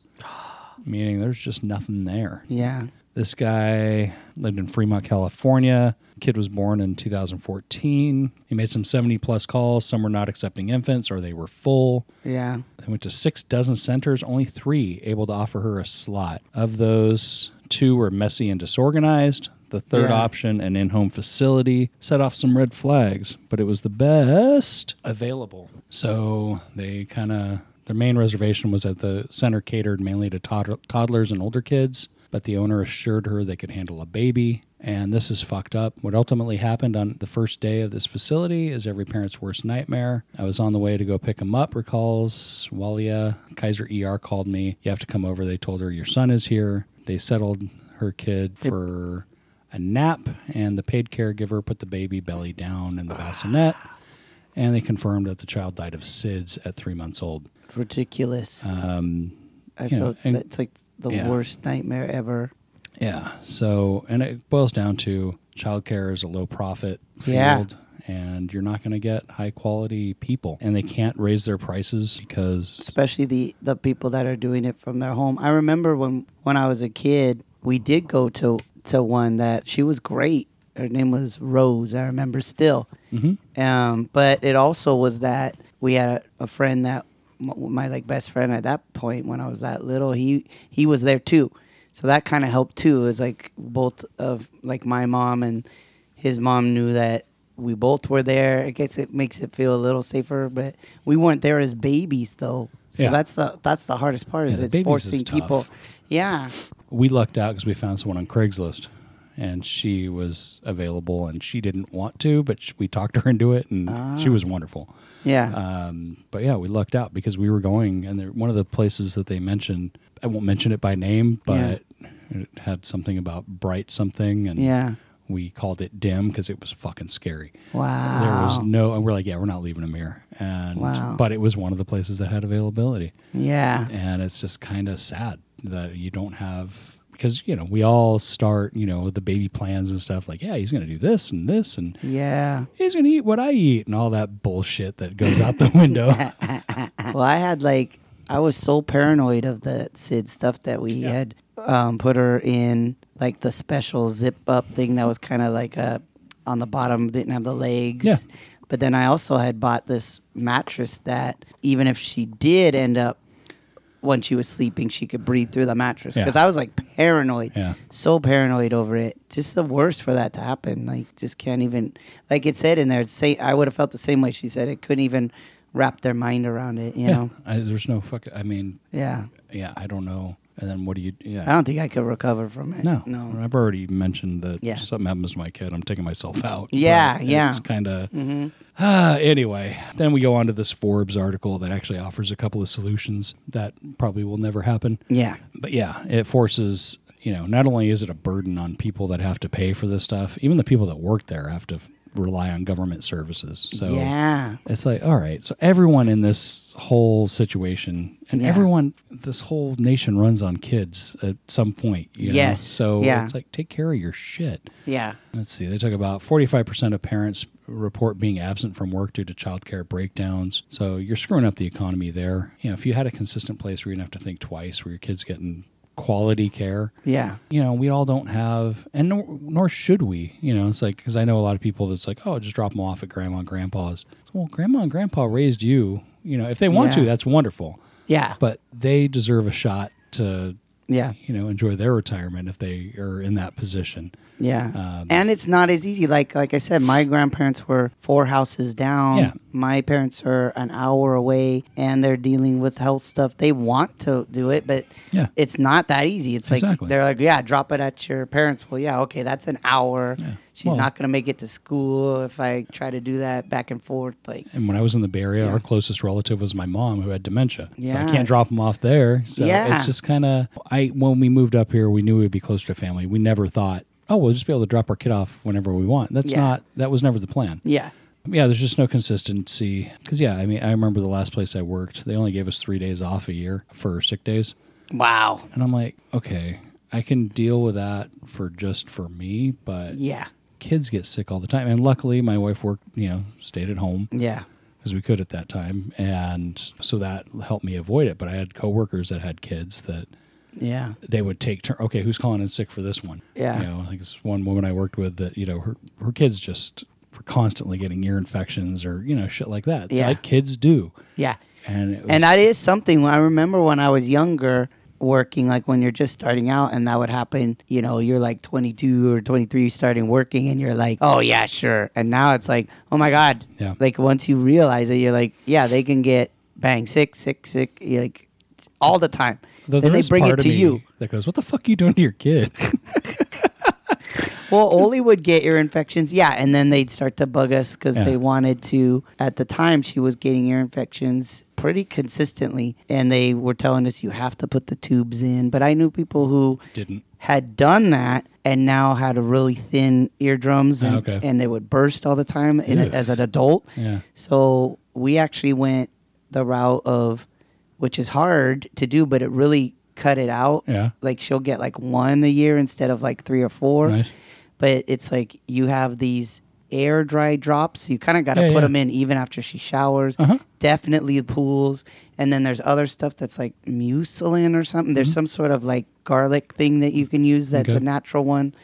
Speaker 2: meaning there's just nothing there.
Speaker 3: Yeah.
Speaker 2: This guy lived in Fremont, California. Kid was born in 2014. He made some 70 plus calls. Some were not accepting infants or they were full.
Speaker 3: Yeah.
Speaker 2: I went to six dozen centers, only three able to offer her a slot. Of those, two were messy and disorganized. The third
Speaker 3: Yeah.
Speaker 2: option, an in home facility, set off some red flags, but it was the best available. So they kind of, their main reservation was that the center catered mainly to toddler, toddlers and older kids, but the owner assured her they could handle a baby. And this is fucked up. What ultimately happened on the first day of this facility is every parent's worst nightmare. I was on the way to go pick him up, recalls Walia. Kaiser ER called me. You have to come over. They told her your son is here. They settled her kid for a nap, and the paid caregiver put the baby belly down in the bassinet. And they confirmed that the child died of SIDS at three months old.
Speaker 3: Ridiculous.
Speaker 2: Um,
Speaker 3: I
Speaker 2: you know,
Speaker 3: feel
Speaker 2: and-
Speaker 3: that's like the
Speaker 2: yeah.
Speaker 3: worst nightmare ever.
Speaker 2: Yeah. So, and it boils down to childcare is a low profit field.
Speaker 3: Yeah.
Speaker 2: And you're not going to get high quality people, and they can't raise their prices because
Speaker 3: especially the the people that are doing it from their home. I remember when when I was a kid, we did go to to one that she was great. Her name was Rose. I remember still. Um, but it also was that we had a, a friend that m- my like best friend at that point when I was that little. He he was there too, so that kind of helped too. It was like both of like my mom and his mom knew that we both were there. I guess it makes it feel a little safer, but we weren't there as babies though. So
Speaker 2: Yeah.
Speaker 3: that's the that's the hardest part
Speaker 2: Yeah,
Speaker 3: is
Speaker 2: the babies is
Speaker 3: it's forcing
Speaker 2: tough.
Speaker 3: people. Yeah.
Speaker 2: we lucked out because we found someone on Craigslist, and she was available, and she didn't want to, but sh- we talked her into it, and she was wonderful.
Speaker 3: Yeah.
Speaker 2: Um, but yeah, we lucked out because we were going, and there, one of the places that they mentioned, I won't mention it by name, but it had something about bright something, and
Speaker 3: Yeah.
Speaker 2: we called it dim because it was fucking scary.
Speaker 3: wow.
Speaker 2: There was no, and we're like, yeah, we're not leaving them here, and
Speaker 3: Wow.
Speaker 2: but it was one of the places that had availability,
Speaker 3: yeah.
Speaker 2: and it's just kind of sad that you don't have. because you know we all start you know with the baby plans and stuff like yeah he's gonna do this and this and
Speaker 3: Yeah.
Speaker 2: he's gonna eat what I eat and all that bullshit that goes out the window.
Speaker 3: well, I had like I was so paranoid of the Sid stuff that we
Speaker 2: Yeah.
Speaker 3: had um, put her in like the special zip up thing that was kind of like a on the bottom didn't have the legs.
Speaker 2: Yeah.
Speaker 3: But then I also had bought this mattress that even if she did end up when she was sleeping, she could breathe through the mattress
Speaker 2: Yeah.
Speaker 3: because I was like paranoid,
Speaker 2: Yeah.
Speaker 3: so paranoid over it. Just the worst for that to happen. Like, just can't even. Like it said in there, say I would have felt the same way. She said it couldn't even wrap their mind around it. You know?
Speaker 2: I, there's no fuck. I mean,
Speaker 3: Yeah.
Speaker 2: yeah, I don't know. And then what do you? Yeah,
Speaker 3: I don't think I could recover from it.
Speaker 2: No,
Speaker 3: No.
Speaker 2: I've already mentioned that
Speaker 3: Yeah.
Speaker 2: if something happens to my kid, I'm taking myself out.
Speaker 3: Yeah,
Speaker 2: But
Speaker 3: yeah. Mm-hmm.
Speaker 2: It's kind of. anyway, then we go on to this Forbes article that actually offers a couple of solutions that probably will never happen.
Speaker 3: Yeah.
Speaker 2: But yeah, it forces. You know, not only is it a burden on people that have to pay for this stuff, even the people that work there have to f- rely on government services. So
Speaker 3: yeah.
Speaker 2: it's like, all right, so everyone in this whole situation, and
Speaker 3: Yeah.
Speaker 2: everyone, this whole nation runs on kids at some point. You know?
Speaker 3: Yes,
Speaker 2: So
Speaker 3: yeah.
Speaker 2: it's like, take care of your shit.
Speaker 3: Yeah.
Speaker 2: Let's see. They talk about 45% of parents report being absent from work due to childcare breakdowns. So you're screwing up the economy there. You know, if you had a consistent place where you didn't have to think twice, where your kid's getting quality care,
Speaker 3: Yeah.
Speaker 2: you know, we all don't have, and nor, nor should we. You know, it's like because I know a lot of people that's like, oh, just drop them off at grandma and grandpa's. It's, well, grandma and grandpa raised you. You know, if they want
Speaker 3: Yeah.
Speaker 2: to, that's wonderful,
Speaker 3: Yeah.
Speaker 2: but they deserve a shot to,
Speaker 3: Yeah.
Speaker 2: you know, enjoy their retirement if they are in that position.
Speaker 3: Yeah,
Speaker 2: Um,
Speaker 3: and it's not as easy. Like like I said, my grandparents were four houses down.
Speaker 2: Yeah.
Speaker 3: My parents are an hour away, and they're dealing with health stuff. They want to do it, but
Speaker 2: Yeah.
Speaker 3: it's not that easy. It's
Speaker 2: Exactly.
Speaker 3: like they're like, yeah, drop it at your parents. Well, yeah, okay, that's an hour. She's
Speaker 2: Well-
Speaker 3: not gonna make it to school if I try to do that back and forth. Like,
Speaker 2: And when I was in the Bay Area, our closest relative was my mom who had dementia. So
Speaker 3: Yeah.
Speaker 2: I can't drop them off there. So
Speaker 3: Yeah.
Speaker 2: it's just kind of, I when we moved up here, we knew we'd be closer to family. We never thought, oh, we'll just be able to drop our kid off whenever we want. That's
Speaker 3: Yeah.
Speaker 2: not, that was never the plan.
Speaker 3: yeah,
Speaker 2: Yeah, there's just no consistency. Because, yeah, I mean, I remember the last place I worked, they only gave us three days off a year for sick days.
Speaker 3: wow,
Speaker 2: And I'm like, okay, I can deal with that for just for me, but
Speaker 3: yeah,
Speaker 2: kids get sick all the time. And luckily, my wife worked, you know, stayed at home
Speaker 3: yeah,
Speaker 2: as we could at that time. And so that helped me avoid it. But I had coworkers that had kids that
Speaker 3: yeah,
Speaker 2: they would take turn. Okay, who's calling in sick for this one?
Speaker 3: Yeah.
Speaker 2: You know, like this one woman I worked with that, you know, her, her kids just were constantly getting ear infections or, you know, shit like that.
Speaker 3: Yeah.
Speaker 2: Like kids do.
Speaker 3: yeah.
Speaker 2: And it was,
Speaker 3: And that is something I remember when I was younger working, like when you're just starting out, and that would happen. You know, you're like 22 or 23, starting working, and you're like, oh, yeah, sure. And now it's like, oh my God.
Speaker 2: Yeah.
Speaker 3: Like once you realize it, you're like, yeah, they can get bang, sick, sick, sick, like all the time.
Speaker 2: Though
Speaker 3: then
Speaker 2: there
Speaker 3: they
Speaker 2: is
Speaker 3: bring
Speaker 2: part
Speaker 3: it
Speaker 2: of
Speaker 3: to
Speaker 2: me
Speaker 3: you.
Speaker 2: That goes, what the fuck are you doing to your kid?
Speaker 3: Well, Oli would get ear infections, yeah, and then they'd start to bug us because
Speaker 2: Yeah.
Speaker 3: they wanted to. At the time, she was getting ear infections pretty consistently, and they were telling us you have to put the tubes in. But I knew people who
Speaker 2: Didn't.
Speaker 3: had done that and now had a really thin eardrums, and,
Speaker 2: Ah, okay.
Speaker 3: and they would burst all the time in,
Speaker 2: Ew.
Speaker 3: as an adult.
Speaker 2: Yeah.
Speaker 3: So we actually went the route of, which is hard to do, but it really cut it out.
Speaker 2: Yeah.
Speaker 3: Like she'll get like one a year instead of like three or four.
Speaker 2: Nice.
Speaker 3: But it's like you have these air dry drops. You kind of got to
Speaker 2: Yeah,
Speaker 3: put
Speaker 2: yeah.
Speaker 3: them in even after she showers.
Speaker 2: Uh-huh.
Speaker 3: Definitely the pools. And then there's other stuff that's like mucilin or something. There's some sort of like garlic thing that you can use that's
Speaker 2: Mm-hmm. Okay.
Speaker 3: a natural one.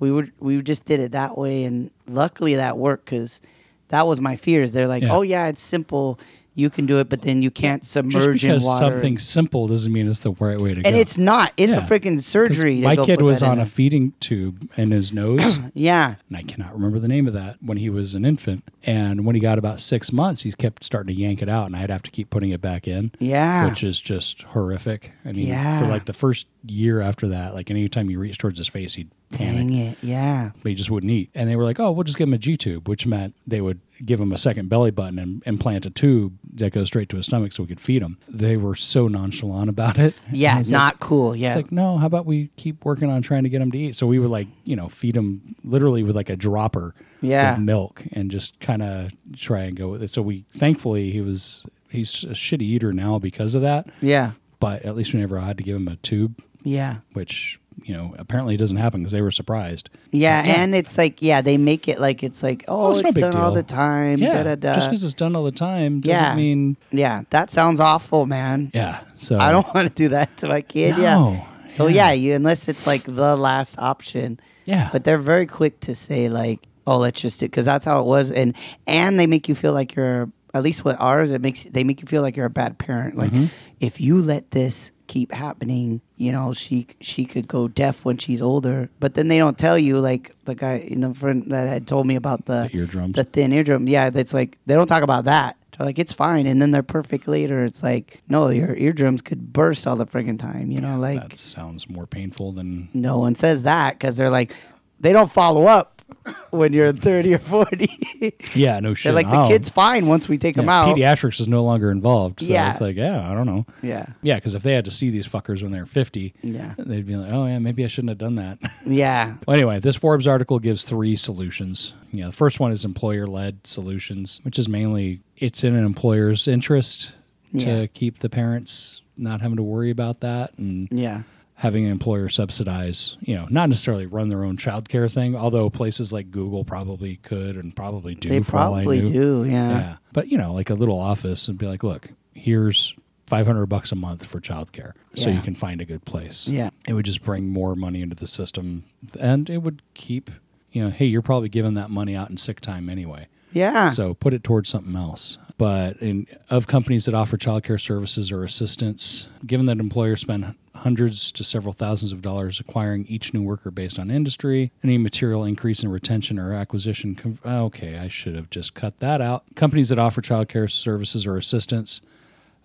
Speaker 3: We would we just did it that way, and luckily that worked because that was my fears. They're like,
Speaker 2: Yeah.
Speaker 3: oh yeah, it's simple. You can do it, but then you can't
Speaker 2: Just
Speaker 3: submerge in
Speaker 2: because
Speaker 3: water.
Speaker 2: something simple doesn't mean it's the right way to go.
Speaker 3: and it's not. It's
Speaker 2: Yeah.
Speaker 3: a freaking
Speaker 2: 'Cause
Speaker 3: surgery. to
Speaker 2: My
Speaker 3: go
Speaker 2: kid
Speaker 3: put
Speaker 2: was
Speaker 3: that in
Speaker 2: on a
Speaker 3: there.
Speaker 2: feeding tube in his nose.
Speaker 3: yeah.
Speaker 2: and I cannot remember the name of that when he was an infant. And when he got about six months, he kept starting to yank it out, and I'd have to keep putting it back in.
Speaker 3: Yeah.
Speaker 2: Which is just horrific. I mean,
Speaker 3: Ah. Yeah.
Speaker 2: for like the first year after that, like anytime he reached towards his face, he'd panic.
Speaker 3: Dang it. Yeah.
Speaker 2: But he just wouldn't eat. And they were like, oh, we'll just give him a G tube, which meant they would give him a second belly button and implant a tube that goes straight to his stomach so we could feed him. They were so nonchalant about it. And I
Speaker 3: Yeah.
Speaker 2: was like,
Speaker 3: Not cool. Yeah.
Speaker 2: it's like, no, how about we keep working on trying to get him to eat? So we would like, you know, feed him literally with like a dropper
Speaker 3: Yeah.
Speaker 2: of milk and just kind of try and go with it. So we, thankfully, he was, he's a shitty eater now because of that.
Speaker 3: yeah.
Speaker 2: But at least we never had to give him a tube,
Speaker 3: Yeah.
Speaker 2: which, you you know, apparently it doesn't happen because they were surprised.
Speaker 3: Yeah, and it's like, yeah, they make it like it's like, oh, it's,
Speaker 2: no big
Speaker 3: done all
Speaker 2: deal.
Speaker 3: the time.
Speaker 2: yeah,
Speaker 3: da, da, da.
Speaker 2: just because it's done all the time doesn't
Speaker 3: uh, yeah,
Speaker 2: mean
Speaker 3: yeah, that sounds awful, man.
Speaker 2: yeah. So
Speaker 3: I don't want to do that to my kid.
Speaker 2: No,
Speaker 3: yeah. So
Speaker 2: yeah.
Speaker 3: yeah. you unless it's like the last option.
Speaker 2: Yeah.
Speaker 3: But they're very quick to say like, "Oh, let's just do," because that's how it was, and and they make you feel like you're at least with ours. It makes they make you feel like you're a bad parent. Like
Speaker 2: Mm-hmm.
Speaker 3: if you let this keep happening, you know she she could go deaf when she's older. But then they don't tell you like the guy you know friend that had told me about the,
Speaker 2: The eardrums.
Speaker 3: the thin eardrum. Yeah, that's like they don't talk about that. They're like it's fine, and then they're perfect later. It's like no, your eardrums could burst all the friggin' time. You know, like
Speaker 2: that sounds more painful than
Speaker 3: no one says that because they're like they don't follow up when you're 30 or 40
Speaker 2: yeah. No shit.
Speaker 3: they're like the
Speaker 2: I'll-
Speaker 3: kid's fine once we take
Speaker 2: yeah,
Speaker 3: him out
Speaker 2: Pediatrics is no longer involved. So
Speaker 3: Yeah.
Speaker 2: it's like yeah, I don't know.
Speaker 3: yeah
Speaker 2: Yeah, because if they had to see these fuckers when they're fifty,
Speaker 3: Yeah.
Speaker 2: they'd be like, oh yeah, maybe I shouldn't have done that.
Speaker 3: yeah
Speaker 2: Well, anyway, this Forbes article gives three solutions. You know, the first one is employer-led solutions, which is mainly it's in an employer's interest
Speaker 3: Yeah.
Speaker 2: to keep the parents not having to worry about that and
Speaker 3: yeah
Speaker 2: having an employer subsidize, you know, not necessarily run their own childcare thing, although places like Google probably could and probably do.
Speaker 3: they
Speaker 2: for all I
Speaker 3: probably
Speaker 2: knew.
Speaker 3: do yeah.
Speaker 2: Yeah. But you know, like a little office and be like, look, here's 500 bucks a month for childcare so
Speaker 3: Yeah.
Speaker 2: you can find a good place.
Speaker 3: Yeah.
Speaker 2: It would just bring more money into the system and it would keep, you know, hey, you're probably giving that money out in sick time anyway.
Speaker 3: yeah
Speaker 2: So put it towards something else. But in of companies that offer childcare services or assistance, given that employers spend hundreds to several thousands of dollars acquiring each new worker based on industry, any material increase in retention or acquisition. Com- okay, I should have just cut that out. Companies that offer childcare services or assistance.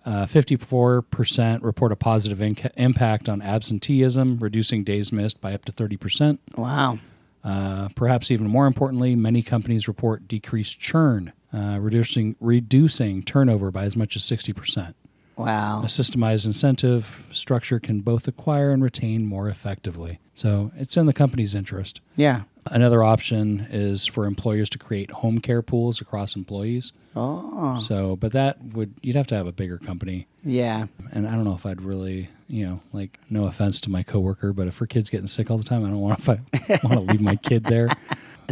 Speaker 2: Uh, 54% report a positive inca- impact on absenteeism, reducing days missed by up to 30%.
Speaker 3: wow
Speaker 2: Uh, perhaps even more importantly, many companies report decreased churn, uh, reducing reducing turnover by as much as sixty percent.
Speaker 3: wow
Speaker 2: A systemized incentive structure can both acquire and retain more effectively. So it's in the company's interest.
Speaker 3: yeah
Speaker 2: Another option is for employers to create home care pools across employees.
Speaker 3: oh
Speaker 2: So, but that would you'd have to have a bigger company.
Speaker 3: yeah
Speaker 2: And I don't know if I'd really, you know, like no offense to my coworker, but if her kid's getting sick all the time, I don't want to want to leave my kid there.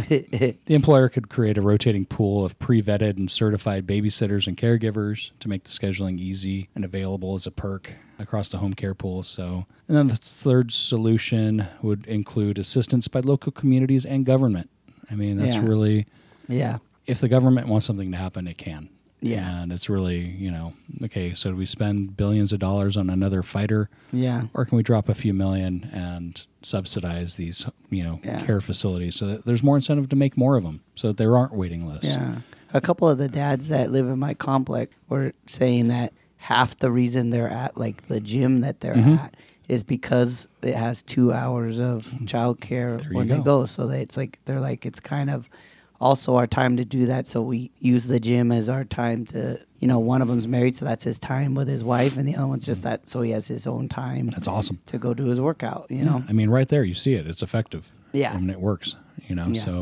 Speaker 2: The employer could create a rotating pool of pre vetted and certified babysitters and caregivers to make the scheduling easy and available as a perk across the home care pool. So, and then the third solution would include assistance by local communities and government. I mean, that's
Speaker 3: Yeah.
Speaker 2: really,
Speaker 3: yeah
Speaker 2: if the government wants something to happen, it can.
Speaker 3: Yeah.
Speaker 2: And it's really, you know, okay, so do we spend billions of dollars on another fighter?
Speaker 3: yeah
Speaker 2: or can we drop a few million and subsidize these you know
Speaker 3: Yeah.
Speaker 2: care facilities so that there's more incentive to make more of them so that there aren't waiting lists
Speaker 3: Yeah. A couple of the dads that live in my complex were saying that half the reason they're at like the gym that they're
Speaker 2: Mm-hmm.
Speaker 3: at is because it has two hours of childcare
Speaker 2: Mm-hmm. There you
Speaker 3: when they
Speaker 2: go.
Speaker 3: go. So that it's like they're like it's kind of also our time to do that. So we use the gym as our time to you know one of them's married, so that's his time with his wife, and the other one's just that. So he has his own time.
Speaker 2: Mm-hmm. that's awesome
Speaker 3: to go do his workout. You know.
Speaker 2: i mean right there you see it it's effective
Speaker 3: Yeah.
Speaker 2: i mean it works you know
Speaker 3: Yeah.
Speaker 2: so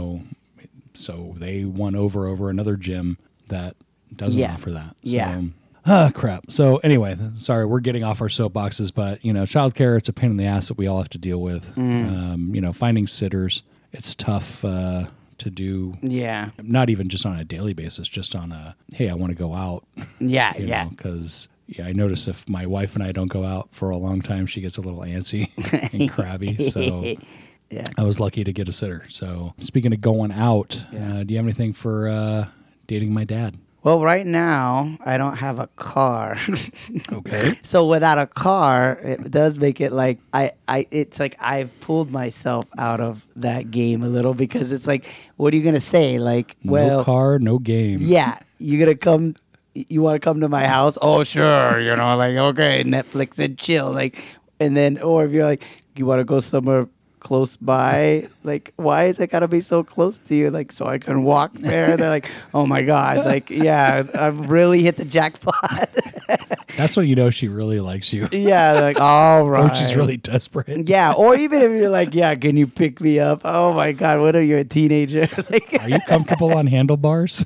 Speaker 2: so they won over over another gym that doesn't
Speaker 3: Yeah.
Speaker 2: offer that so,
Speaker 3: Yeah.
Speaker 2: Ah, crap. So anyway, sorry, we're getting off our soapboxes, but you know, childcare, it's a pain in the ass that we all have to deal with.
Speaker 3: Mm.
Speaker 2: Um, you know, finding sitters, it's tough uh, to do
Speaker 3: Yeah.
Speaker 2: not even just on a daily basis, just on a hey, I want to go out.
Speaker 3: Yeah.
Speaker 2: You
Speaker 3: yeah.
Speaker 2: because yeah, I notice if my wife and I don't go out for a long time, she gets a little antsy and crabby. So
Speaker 3: Yeah.
Speaker 2: I was lucky to get a sitter. So speaking of going out,
Speaker 3: Yeah.
Speaker 2: uh, do you have anything for uh, dating my dad?
Speaker 3: Well, right now I don't have a car.
Speaker 2: Okay.
Speaker 3: so without a car, it does make it like I, I it's like I've pulled myself out of that game a little because it's like what are you going to say like
Speaker 2: no
Speaker 3: well
Speaker 2: car, no game.
Speaker 3: yeah, you're going to come you want to come to my house? Oh sure, you know, like okay, Netflix and chill like and then or if you're like you want to go somewhere close by like why is it gotta be so close to you like so i can walk there they're like oh my god like yeah i've really hit the jackpot
Speaker 2: That's when you know she really likes you,
Speaker 3: Yeah, like all right.
Speaker 2: or she's really desperate.
Speaker 3: Yeah, or even if you're like, yeah, can you pick me up? Oh my god, what are you a teenager? like,
Speaker 2: Are you comfortable on handlebars?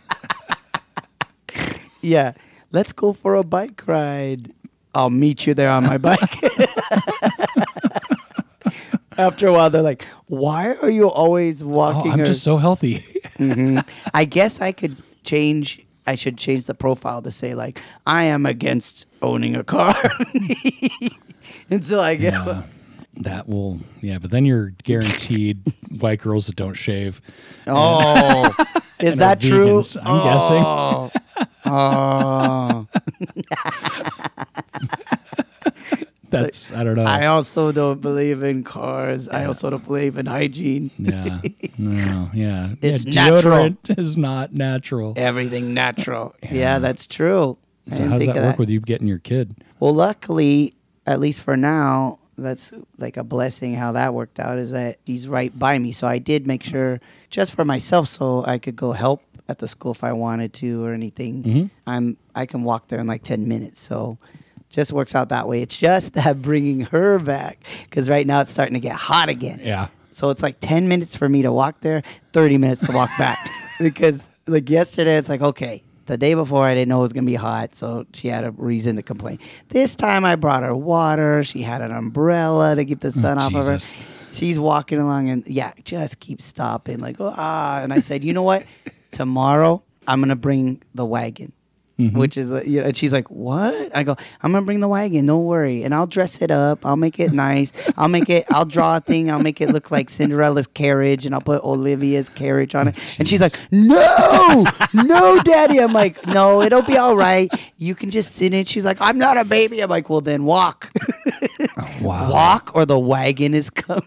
Speaker 3: yeah, let's go for a bike ride. I'll meet you there on my bike. After a while, they're like, "Why are you always
Speaker 2: Oh,
Speaker 3: walking?"
Speaker 2: I'm
Speaker 3: her- Mm-hmm.
Speaker 2: just so healthy.
Speaker 3: I guess I could change. I should change the profile to say like, "I am against owning a car." Until I get.
Speaker 2: Uh, that will, yeah. But then you're guaranteed white girls that don't shave.
Speaker 3: Oh, is
Speaker 2: are
Speaker 3: that true?
Speaker 2: vegans, I'm guessing.
Speaker 3: guessing. Oh,
Speaker 2: That's I don't know.
Speaker 3: I also don't believe in cars. I also don't believe in hygiene.
Speaker 2: yeah, no, yeah.
Speaker 3: It's
Speaker 2: yeah,
Speaker 3: natural.
Speaker 2: deodorant is not natural.
Speaker 3: Everything natural. Yeah, that's true. I
Speaker 2: So
Speaker 3: didn't
Speaker 2: how does
Speaker 3: think
Speaker 2: that
Speaker 3: of
Speaker 2: work with you getting your kid?
Speaker 3: Well, luckily, at least for now, that's like a blessing how that worked out is that he's right by me. So I did make sure just for myself so I could go help at the school if I wanted to or anything.
Speaker 2: Mm-hmm.
Speaker 3: I'm I can walk there in like 10 minutes. So just works out that way. It's just that bringing her back cuz right now it's starting to get hot again.
Speaker 2: Yeah.
Speaker 3: So it's like 10 minutes for me to walk there, 30 minutes to walk back. because like yesterday, it's like, okay, the day before I didn't know it was going to be hot. So she had a reason to complain. This time I brought her water. She had an umbrella to keep the sun off
Speaker 2: Jesus.
Speaker 3: of her. She's walking along and yeah, just keep stopping. Like, oh, ah. And I said, you know what? Tomorrow I'm going to bring the wagon. Which is, uh, you know, and she's like, "What?" I go, "I'm gonna bring the wagon. Don't worry, and I'll dress it up. I'll make it nice. I'll make it. I'll draw a thing. I'll make it look like Cinderella's carriage, and I'll put Olivia's carriage on it." And she's like, "No, no, Daddy." I'm like, "No, it'll be all right. You can just sit in." it." She's like, "I'm not a baby." I'm like, "Well, then walk,
Speaker 2: Wow.
Speaker 3: walk, or the wagon is coming."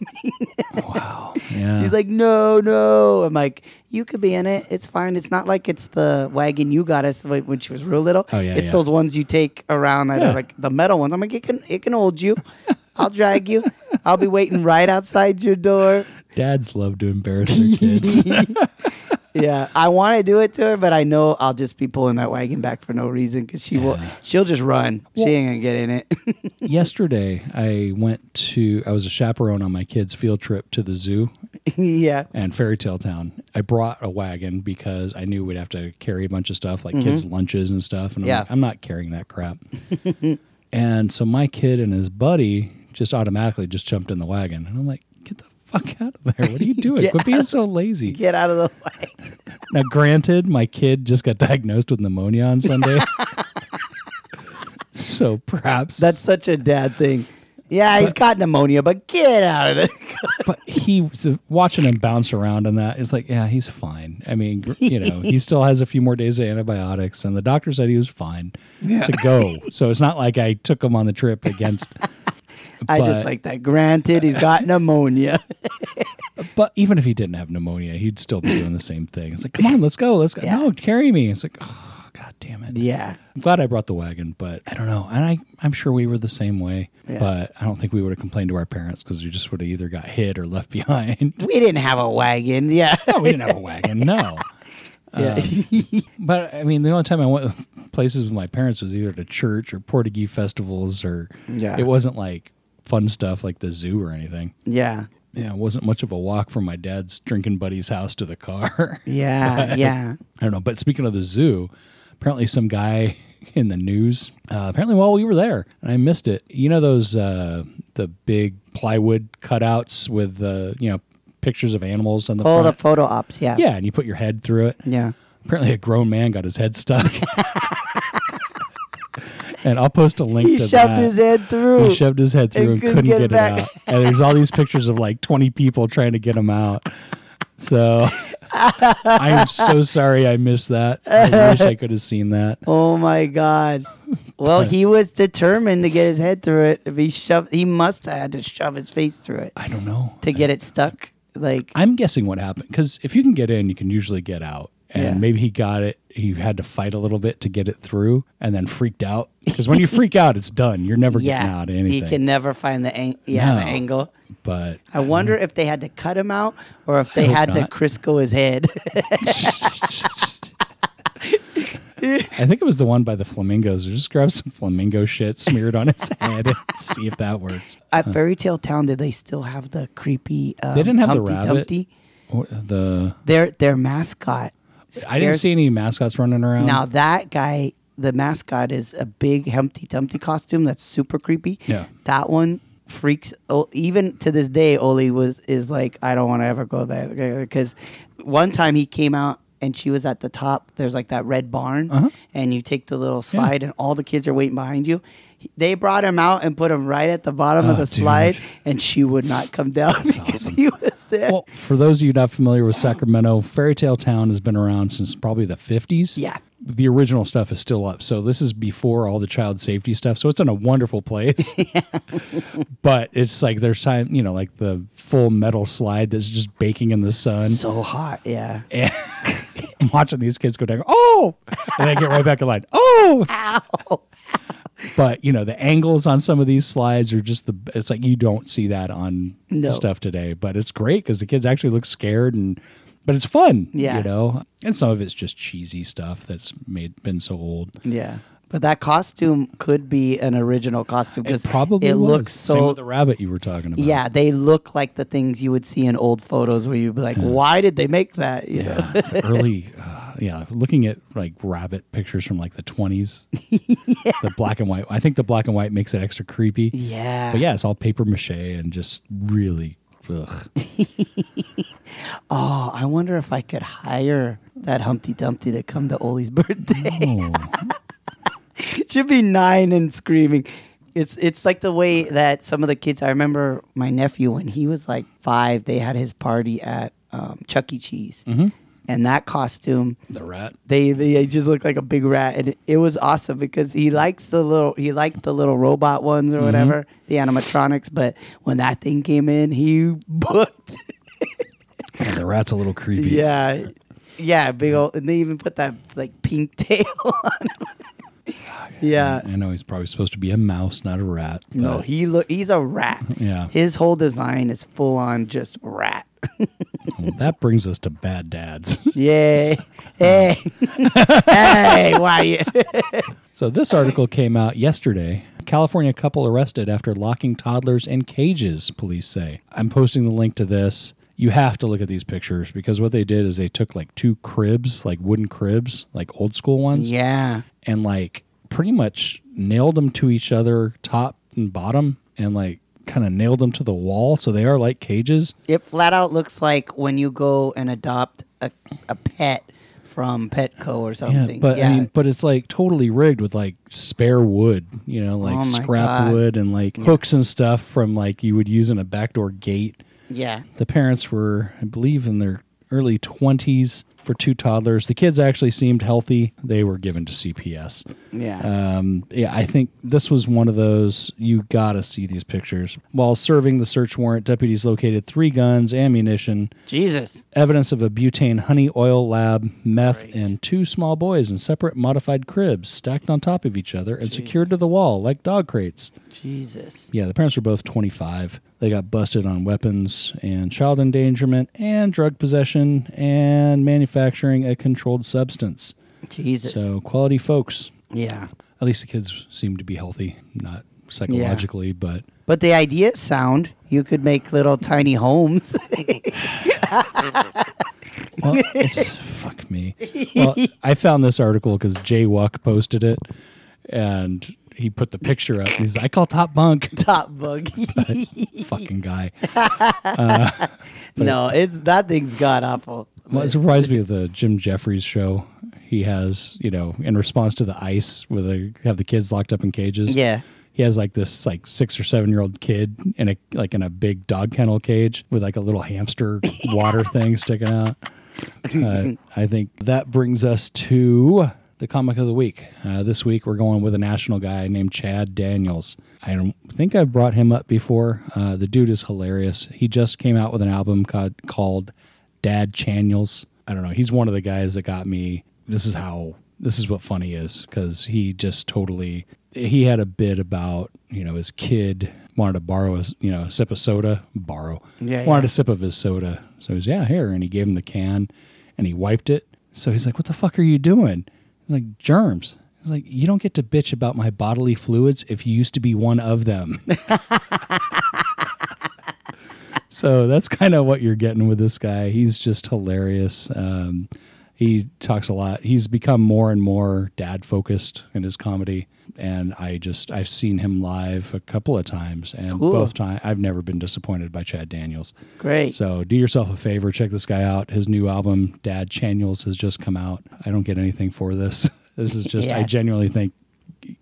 Speaker 2: Wow. Yeah.
Speaker 3: She's like, no, no. I'm like, you could be in it. It's fine. It's not like it's the wagon you got us when when she was real little.
Speaker 2: Oh, yeah,
Speaker 3: it's
Speaker 2: yeah.
Speaker 3: those ones you take around that
Speaker 2: Yeah.
Speaker 3: are like the metal ones. I'm like, it can it can hold you. I'll drag you. I'll be waiting right outside your door.
Speaker 2: Dads love to embarrass their kids.
Speaker 3: Yeah, I want to do it to her, but I know I'll just be pulling that wagon back for no reason because she will. She'll just run. she ain't gonna get in it.
Speaker 2: Yesterday, I went to. I was a chaperone on my kid's field trip to the zoo
Speaker 3: yeah.
Speaker 2: and Fairy Tale Town. I brought a wagon because I knew we'd have to carry a bunch of stuff like kids' lunches and stuff. And I'm,
Speaker 3: Mm-hmm. Yeah.
Speaker 2: like, I'm not carrying that crap. and so my kid and his buddy just automatically just jumped in the wagon, and I'm like, get the fuck out of there! What are you doing?
Speaker 3: Get
Speaker 2: Quit being so lazy.
Speaker 3: Get out of the way.
Speaker 2: Now, granted, my kid just got diagnosed with pneumonia on Sunday. so perhaps
Speaker 3: That's such a dad thing. Yeah, he's got pneumonia, but get out of it.
Speaker 2: but he so watching him bounce around and that it's like yeah he's fine i mean gr- you know he still has a few more days of antibiotics and the doctor said he was fine to go so it's not like i took him on the trip against
Speaker 3: I
Speaker 2: But-
Speaker 3: just like that. Granted, he's got pneumonia.
Speaker 2: but even if he didn't have pneumonia he'd still be doing the same thing it's like come on let's go let's go
Speaker 3: Yeah.
Speaker 2: no carry me it's like oh god damn it
Speaker 3: yeah.
Speaker 2: i'm glad i brought the wagon but i don't know and i i'm sure we were the same way
Speaker 3: Yeah.
Speaker 2: but i don't think we would have complained to our parents because we just would have either got hit or left behind
Speaker 3: We didn't have a wagon. Yeah.
Speaker 2: no we didn't have a wagon no Uh.
Speaker 3: yeah.
Speaker 2: But I mean, the only time I went places with my parents was either to church or Portuguese festivals, or
Speaker 3: Yeah.
Speaker 2: it wasn't like fun stuff like the zoo or anything.
Speaker 3: yeah.
Speaker 2: Yeah, it wasn't much of a walk from my dad's drinking buddy's house to the car.
Speaker 3: Yeah. Yeah.
Speaker 2: I don't know. But speaking of the zoo, apparently some guy in the news, uh, apparently while we were there, and I missed it. You know those uh, the big plywood cutouts with the you know pictures of animals on the
Speaker 3: Oh, the
Speaker 2: front.
Speaker 3: photo ops. Yeah.
Speaker 2: yeah, and you put your head through it.
Speaker 3: Yeah.
Speaker 2: Apparently, a grown man got his head stuck. and I'll post a link
Speaker 3: He
Speaker 2: to
Speaker 3: shoved
Speaker 2: that.
Speaker 3: his head through.
Speaker 2: He shoved his head through and couldn't, get, it,
Speaker 3: back.
Speaker 2: out. And there's all these pictures of like 20 people trying to get him out. So I am so sorry I missed that. I wish I could have seen that.
Speaker 3: Oh my God. Well, he was determined to get his head through it. If he shoved, he must have had to shove his face through it
Speaker 2: I don't know.
Speaker 3: to get it stuck. Like,
Speaker 2: I'm guessing what happened because if you can get in, you can usually get out. And
Speaker 3: Yeah.
Speaker 2: maybe he got it. He had to fight a little bit to get it through, and then freaked out. Because when you freak out, it's done. You're never getting
Speaker 3: yeah,
Speaker 2: out of anything.
Speaker 3: he can never find the, ang- yeah, the
Speaker 2: No.
Speaker 3: angle.
Speaker 2: but
Speaker 3: I wonder if they had to cut him out or if they
Speaker 2: Uh-huh. hope
Speaker 3: had
Speaker 2: not.
Speaker 3: to Crisco his head.
Speaker 2: I think it was the one by the flamingos. Just grab some flamingo shit, smear it on its head, and see if that works.
Speaker 3: At Fairy Tale Town, did they still have the creepy? Um,
Speaker 2: They didn't have
Speaker 3: Humpty
Speaker 2: the rabbit.
Speaker 3: Dumpty?
Speaker 2: Or the
Speaker 3: Their their mascot.
Speaker 2: I didn't
Speaker 3: scares-
Speaker 2: see any mascots running around.
Speaker 3: Now that guy, the mascot is a big Humpty Dumpty costume. That's super creepy.
Speaker 2: Yeah.
Speaker 3: That one freaks. Oh, even to this day, Oli was is like, I don't want to ever go there because one time he came out and she was at the top. There's like that red barn,
Speaker 2: Uh-huh.
Speaker 3: and you take the little slide, and all the kids are waiting behind you. He- They brought him out and put him right at the bottom of
Speaker 2: Oh,
Speaker 3: the slide,
Speaker 2: dude.
Speaker 3: and she would not come down because he was there.
Speaker 2: Well, for those of you not familiar with Sacramento, Fairy Tale Town has been around since probably the 50s.
Speaker 3: Yeah.
Speaker 2: The original stuff is still up. So this is before all the child safety stuff. So it's in a wonderful place. but it's like there's time, you know, like the full metal slide that's just baking in the sun.
Speaker 3: so hot, yeah.
Speaker 2: And I'm watching these kids go down, oh, and they get right back in line, oh. But you know the angles on some of these slides are just the. It's like you don't see that on
Speaker 3: No.
Speaker 2: stuff today, but it's great because the kids actually look scared and, but it's fun.
Speaker 3: Yeah.
Speaker 2: you know, and some of it's just cheesy stuff that's made been so old.
Speaker 3: Yeah. But that costume could be an original costume because
Speaker 2: It probably
Speaker 3: it
Speaker 2: was.
Speaker 3: looks
Speaker 2: Same
Speaker 3: so.
Speaker 2: with the rabbit you were talking about.
Speaker 3: yeah, they look like the things you would see in old photos where you'd be like, "Why did they make that?" You know?
Speaker 2: Yeah, the early, uh, yeah. Looking at like rabbit pictures from like the twenties, the black and white. I think the black and white makes it extra creepy.
Speaker 3: Yeah.
Speaker 2: But yeah, it's all paper mache and just really. Ugh.
Speaker 3: Oh, I wonder if I could hire that Humpty Dumpty to come to Oli's birthday.
Speaker 2: Oh,
Speaker 3: it should be nine and screaming. It's it's like the way that some of the kids. I remember my nephew when he was like five. They had his party at um, Chuck E. Cheese,
Speaker 2: Mm-hmm.
Speaker 3: and that costume.
Speaker 2: the rat.
Speaker 3: they they just look like a big rat and it, it was awesome because he likes the little he liked the little robot ones
Speaker 2: Mm-hmm.
Speaker 3: or whatever the animatronics but when that thing came in he booked
Speaker 2: Yeah, the rat's a little creepy.
Speaker 3: yeah yeah big old and they even put that like pink tail on him. yeah
Speaker 2: I know he's probably supposed to be a mouse, not a rat.
Speaker 3: no
Speaker 2: but
Speaker 3: he look he's a rat
Speaker 2: Yeah.
Speaker 3: his whole design is full on just rat
Speaker 2: um, that brings us to bad dads.
Speaker 3: yay hey hey why you
Speaker 2: so this article came out yesterday. California couple arrested after locking toddlers in cages, police say. I'm posting the link to this. You have to look at these pictures because what they did is they took like two cribs, like wooden cribs, like old school ones,
Speaker 3: yeah
Speaker 2: and like pretty much nailed them to each other, top and bottom, and like kind of nailed them to the wall. So they are like cages.
Speaker 3: It flat out looks like when you go and adopt a, a pet from Petco or something.
Speaker 2: but I mean, but it's like totally rigged with like spare wood, you know, like
Speaker 3: Oh my
Speaker 2: scrap
Speaker 3: God.
Speaker 2: wood and like hooks and stuff from like you would use in a backdoor gate.
Speaker 3: yeah.
Speaker 2: The parents were, I believe, in their early twenties for two toddlers. The kids actually seemed healthy. They were given to CPS.
Speaker 3: Yeah.
Speaker 2: Um, yeah, I think this was one of those you gotta see these pictures. While serving the search warrant, deputies located three guns, ammunition,
Speaker 3: Jesus.
Speaker 2: evidence of a butane honey oil lab, meth,
Speaker 3: Great.
Speaker 2: and two small boys in separate modified cribs stacked on top of each other and secured to the wall like dog crates.
Speaker 3: Jesus.
Speaker 2: Yeah, the parents were both 25. They got busted on weapons and child endangerment and drug possession and manufacturing a controlled substance.
Speaker 3: Jesus.
Speaker 2: So, quality folks.
Speaker 3: yeah.
Speaker 2: At least the kids seem to be healthy, not psychologically, but
Speaker 3: But the idea is sound. You could make little tiny homes.
Speaker 2: Well, it's, fuck me. Well, I found this article because Jay Wuck posted it, and he put the picture up. He's like, I call top bunk.
Speaker 3: Top bug.
Speaker 2: Fucking guy.
Speaker 3: no, it's that thing's god awful.
Speaker 2: Well, it reminds me of the Jim Jeffries show. He has, you know, in response to the ice, where they have the kids locked up in cages.
Speaker 3: Yeah.
Speaker 2: He has like this like six or seven year old kid in a like in a big dog kennel cage with like a little hamster water thing sticking out. Uh, I think that brings us to the comic of the week. Uh, this week we're going with a national guy named Chad Daniels. I don't think I've brought him up before. Uh, the dude is hilarious. He just came out with an album called, called Dad Channels. I don't know. He's one of the guys that got me. This is how. This is what funny is because he just totally. He had a bit about you know his kid wanted to borrow a you know a sip of soda borrow
Speaker 3: Yeah,
Speaker 2: wanted
Speaker 3: yeah.
Speaker 2: a sip of his soda. So he's, yeah, here. And he gave him the can and he wiped it. So he's like, what the fuck are you doing? He's like, germs. He's like, you don't get to bitch about my bodily fluids if you used to be one of them. so that's kind of what you're getting with this guy. He's just hilarious. Um, He talks a lot. He's become more and more dad focused in his comedy, and I just I've seen him live a couple of times, and
Speaker 3: Cool.
Speaker 2: both times I've never been disappointed by Chad Daniels.
Speaker 3: Great.
Speaker 2: So do yourself a favor, check this guy out. His new album, Dad Channels, has just come out. I don't get anything for this. This is just I
Speaker 3: Yeah.
Speaker 2: genuinely think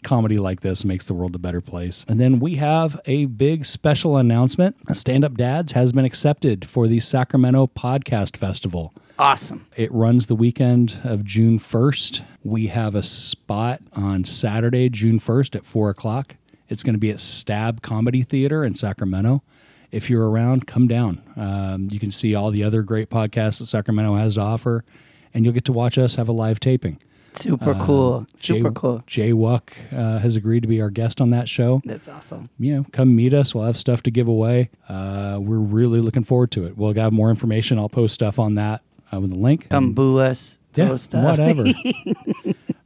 Speaker 2: comedy like this makes the world a better place. And then we have a big special announcement. Stand Up Dads has been accepted for the Sacramento Podcast Festival.
Speaker 3: awesome.
Speaker 2: It runs the weekend of June 1st. We have a spot on Saturday, June 1st at 4 o'clock. It's going to be at Stab Comedy Theater in Sacramento. If you're around, come down. Um, you can see all the other great podcasts that Sacramento has to offer, and you'll get to watch us have a live taping.
Speaker 3: Super cool.
Speaker 2: uh, Jay-
Speaker 3: Super cool.
Speaker 2: Jay Wuck uh, has agreed to be our guest on that show
Speaker 3: That's awesome.
Speaker 2: you know, come meet us. We'll have stuff to give away. Uh, we're really looking forward to it. We'll have more information. I'll post stuff on that uh, with the link.
Speaker 3: Come boo us.
Speaker 2: yeah,
Speaker 3: throw stuff.
Speaker 2: whatever.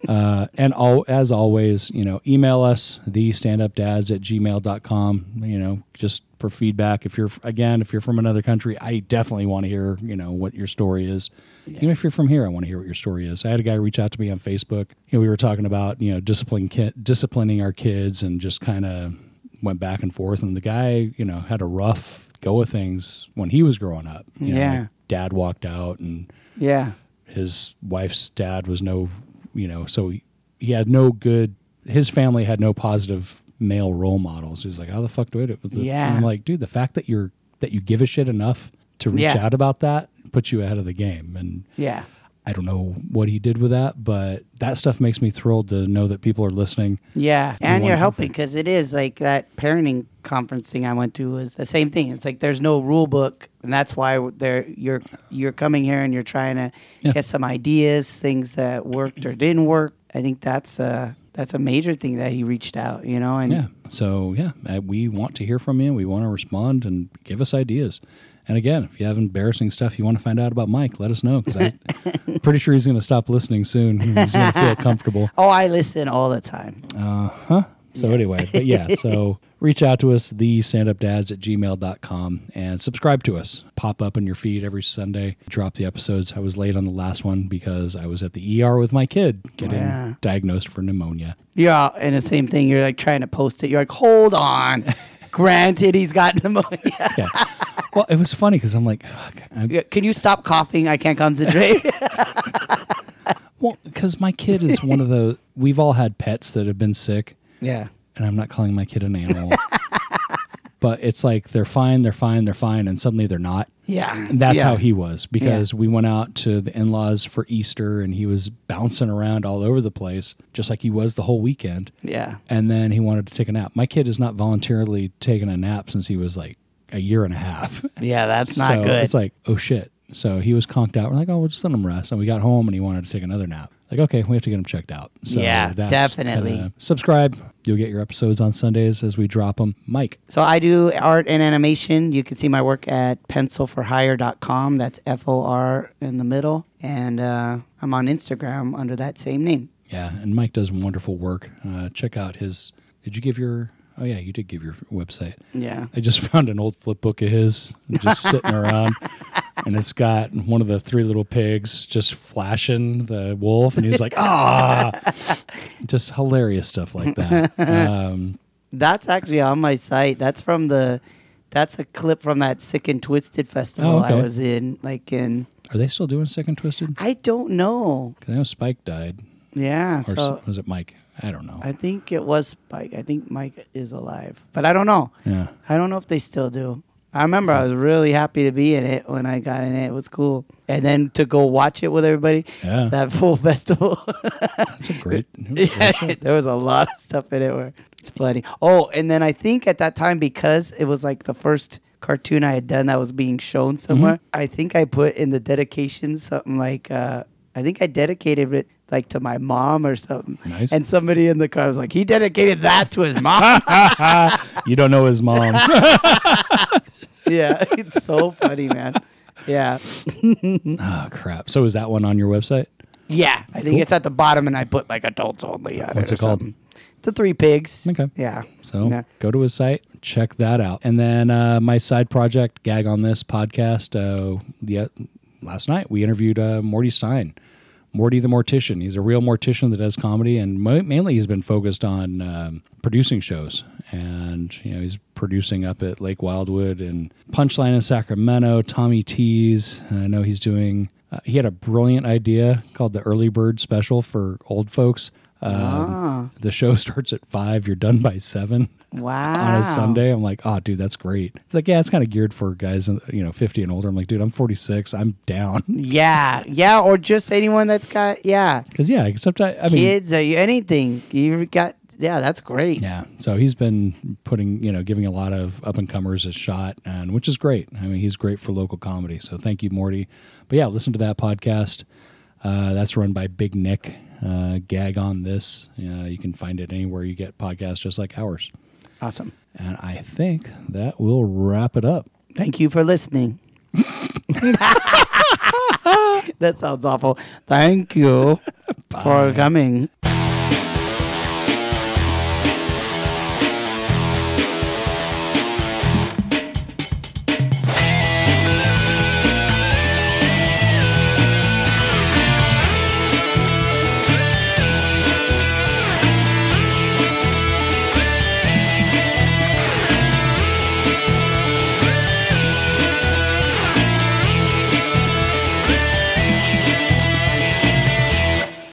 Speaker 2: uh, and all, as always, you know, email us the standupdads at gmail.com, you know, just for feedback. If you're, again, if you're from another country, I definitely want to hear, you know, what your story is. Even if you're from here, I want to hear what your story is. I had a guy reach out to me on Facebook. You know, we were talking about, you know, disciplining, ki- disciplining our kids and just kind of, went back and forth and the guy you know had a rough go of things when he was growing up you know,
Speaker 3: Yeah.
Speaker 2: like, dad walked out and
Speaker 3: Yeah.
Speaker 2: his wife's dad was no you know so he, he had no good his family had no positive male role models he's like how the fuck do i do it with the-"
Speaker 3: Yeah.
Speaker 2: and i'm like dude the fact that you're that you give a shit enough to reach
Speaker 3: Yeah.
Speaker 2: out about that puts you ahead of the game and
Speaker 3: Yeah.
Speaker 2: i don't know what he did with that but that stuff makes me thrilled to know that people are listening
Speaker 3: Yeah, and
Speaker 2: one
Speaker 3: you're
Speaker 2: conference.
Speaker 3: helping because it is like that parenting conference thing I went to was the same thing. It's like there's no rule book, and that's why there you're you're coming here and you're trying to
Speaker 2: Yeah.
Speaker 3: get some ideas, things that worked or didn't work. I think that's a that's a major thing that he reached out, you know, and
Speaker 2: Yeah. So yeah, uh, we want to hear from you. We want to respond and give us ideas. And again, if you have embarrassing stuff you want to find out about Mike, let us know because I'm pretty sure he's going to stop listening soon. He's going to feel comfortable.
Speaker 3: oh, I listen all the time.
Speaker 2: Uh huh. So anyway, but yeah, so reach out to us, the standupdads at gmail.com and subscribe to us. Pop up in your feed every Sunday. Drop the episodes. I was late on the last one because I was at the ER with my kid getting
Speaker 3: Yeah.
Speaker 2: diagnosed for pneumonia.
Speaker 3: You're out, and the same thing. You're like trying to post it. You're like, hold on. Granted, he's got pneumonia.
Speaker 2: Yeah. well, it was funny because I'm like, fuck, I'm,
Speaker 3: Yeah, Can you stop coughing? I can't concentrate.
Speaker 2: Well, because my kid is one of the. We've all had pets that have been sick,
Speaker 3: yeah.
Speaker 2: and I'm not calling my kid an animal. but it's like they're fine, they're fine, they're fine, and suddenly they're not.
Speaker 3: Yeah.
Speaker 2: And that's
Speaker 3: Yeah.
Speaker 2: how he was because we went out to the in laws for Easter, and he was bouncing around all over the place, just like he was the whole weekend.
Speaker 3: Yeah.
Speaker 2: And then he wanted to take a nap. My kid has not voluntarily taken a nap since he was like a year and a half.
Speaker 3: Yeah, that's not
Speaker 2: so
Speaker 3: good.
Speaker 2: It's like, oh shit. So he was conked out. We're like, oh, we'll just let him rest. And we got home and he wanted to take another nap. Like, okay, we have to get him checked out. So
Speaker 3: Yeah, definitely.
Speaker 2: kinda- subscribe. You'll get your episodes on Sundays as we drop them. Mike,
Speaker 3: So I do art and animation. You can see my work at pencilforhire.com. That's F O R in the middle. And uh, I'm on Instagram under that same name.
Speaker 2: yeah, and Mike does wonderful work. Uh, check out his. Did you give your? Oh yeah, you did give your website.
Speaker 3: Yeah.
Speaker 2: I just found an old flip book of his just sitting around. And it's got one of the three little pigs just flashing the wolf, and he's like, "Ah!" just hilarious stuff like that. Um,
Speaker 3: That's actually on my site. That's from the that's a clip from that Sick and Twisted festival
Speaker 2: Oh, okay.
Speaker 3: I was in like in
Speaker 2: Are they still doing Sick and Twisted?
Speaker 3: I don't know.
Speaker 2: 'Cause I know Spike died,
Speaker 3: Yeah,
Speaker 2: or s-
Speaker 3: so
Speaker 2: was it Mike? I don't know.
Speaker 3: I think it was Spike. I think Mike is alive. But I don't know.
Speaker 2: yeah,
Speaker 3: I don't know if they still do. I remember I was really happy to be in it when I got in it. It was cool. And then to go watch it with everybody,
Speaker 2: Yeah.
Speaker 3: that full festival.
Speaker 2: that's a great.
Speaker 3: there was a lot of stuff in it where it's funny. Oh, and then I think at that time, because it was like the first cartoon I had done that was being shown
Speaker 2: Mm-hmm.
Speaker 3: somewhere, I think I put in the dedication something like, uh, I think I dedicated it like to my mom or something.
Speaker 2: Nice.
Speaker 3: And somebody in the car was like, he dedicated that to his mom.
Speaker 2: you don't know his mom.
Speaker 3: yeah, it's so funny, man. Yeah,
Speaker 2: oh crap! So is that one on your website?
Speaker 3: yeah. I think
Speaker 2: Cool.
Speaker 3: it's at the bottom, and I put like adults only. On
Speaker 2: What's
Speaker 3: or
Speaker 2: it called?
Speaker 3: something. The Three Pigs.
Speaker 2: Okay.
Speaker 3: Yeah.
Speaker 2: So
Speaker 3: Yeah.
Speaker 2: go to his site, check that out, and then uh, my side project, gag on this podcast. Uh, the last night we interviewed uh, Morty Stein. Morty the Mortician. He's a real mortician that does comedy, and mo- mainly he's been focused on um, producing shows. And you know, he's producing up at Lake Wildwood and Punchline in Sacramento. Tommy T's. I know he's doing. Uh, he had a brilliant idea called the Early Bird Special for old folks. Um,
Speaker 3: Ah.
Speaker 2: The show starts at five. You're done by seven
Speaker 3: Wow.
Speaker 2: on a Sunday. I'm like, oh, dude, that's great. It's like, yeah, it's kind of geared for guys, uh, you know, 50 and older. I'm like, dude, I'm 46. I'm down.
Speaker 3: Yeah, yeah, or just anyone that's got yeah
Speaker 2: Because, yeah, except I, I mean,
Speaker 3: kids or you- anything. You got yeah, that's great.
Speaker 2: yeah. So he's been putting, you know, giving a lot of up and comers a shot, and which is great. I mean, he's great for local comedy. So thank you, Morty. But yeah, listen to that podcast. Uh, that's run by Big Nick. Uh, gag on this. Uh, you can find it anywhere you get podcasts, just like ours.
Speaker 3: Awesome.
Speaker 2: And I think that will wrap it up.
Speaker 3: Thank you for listening. that sounds awful. Thank you for coming.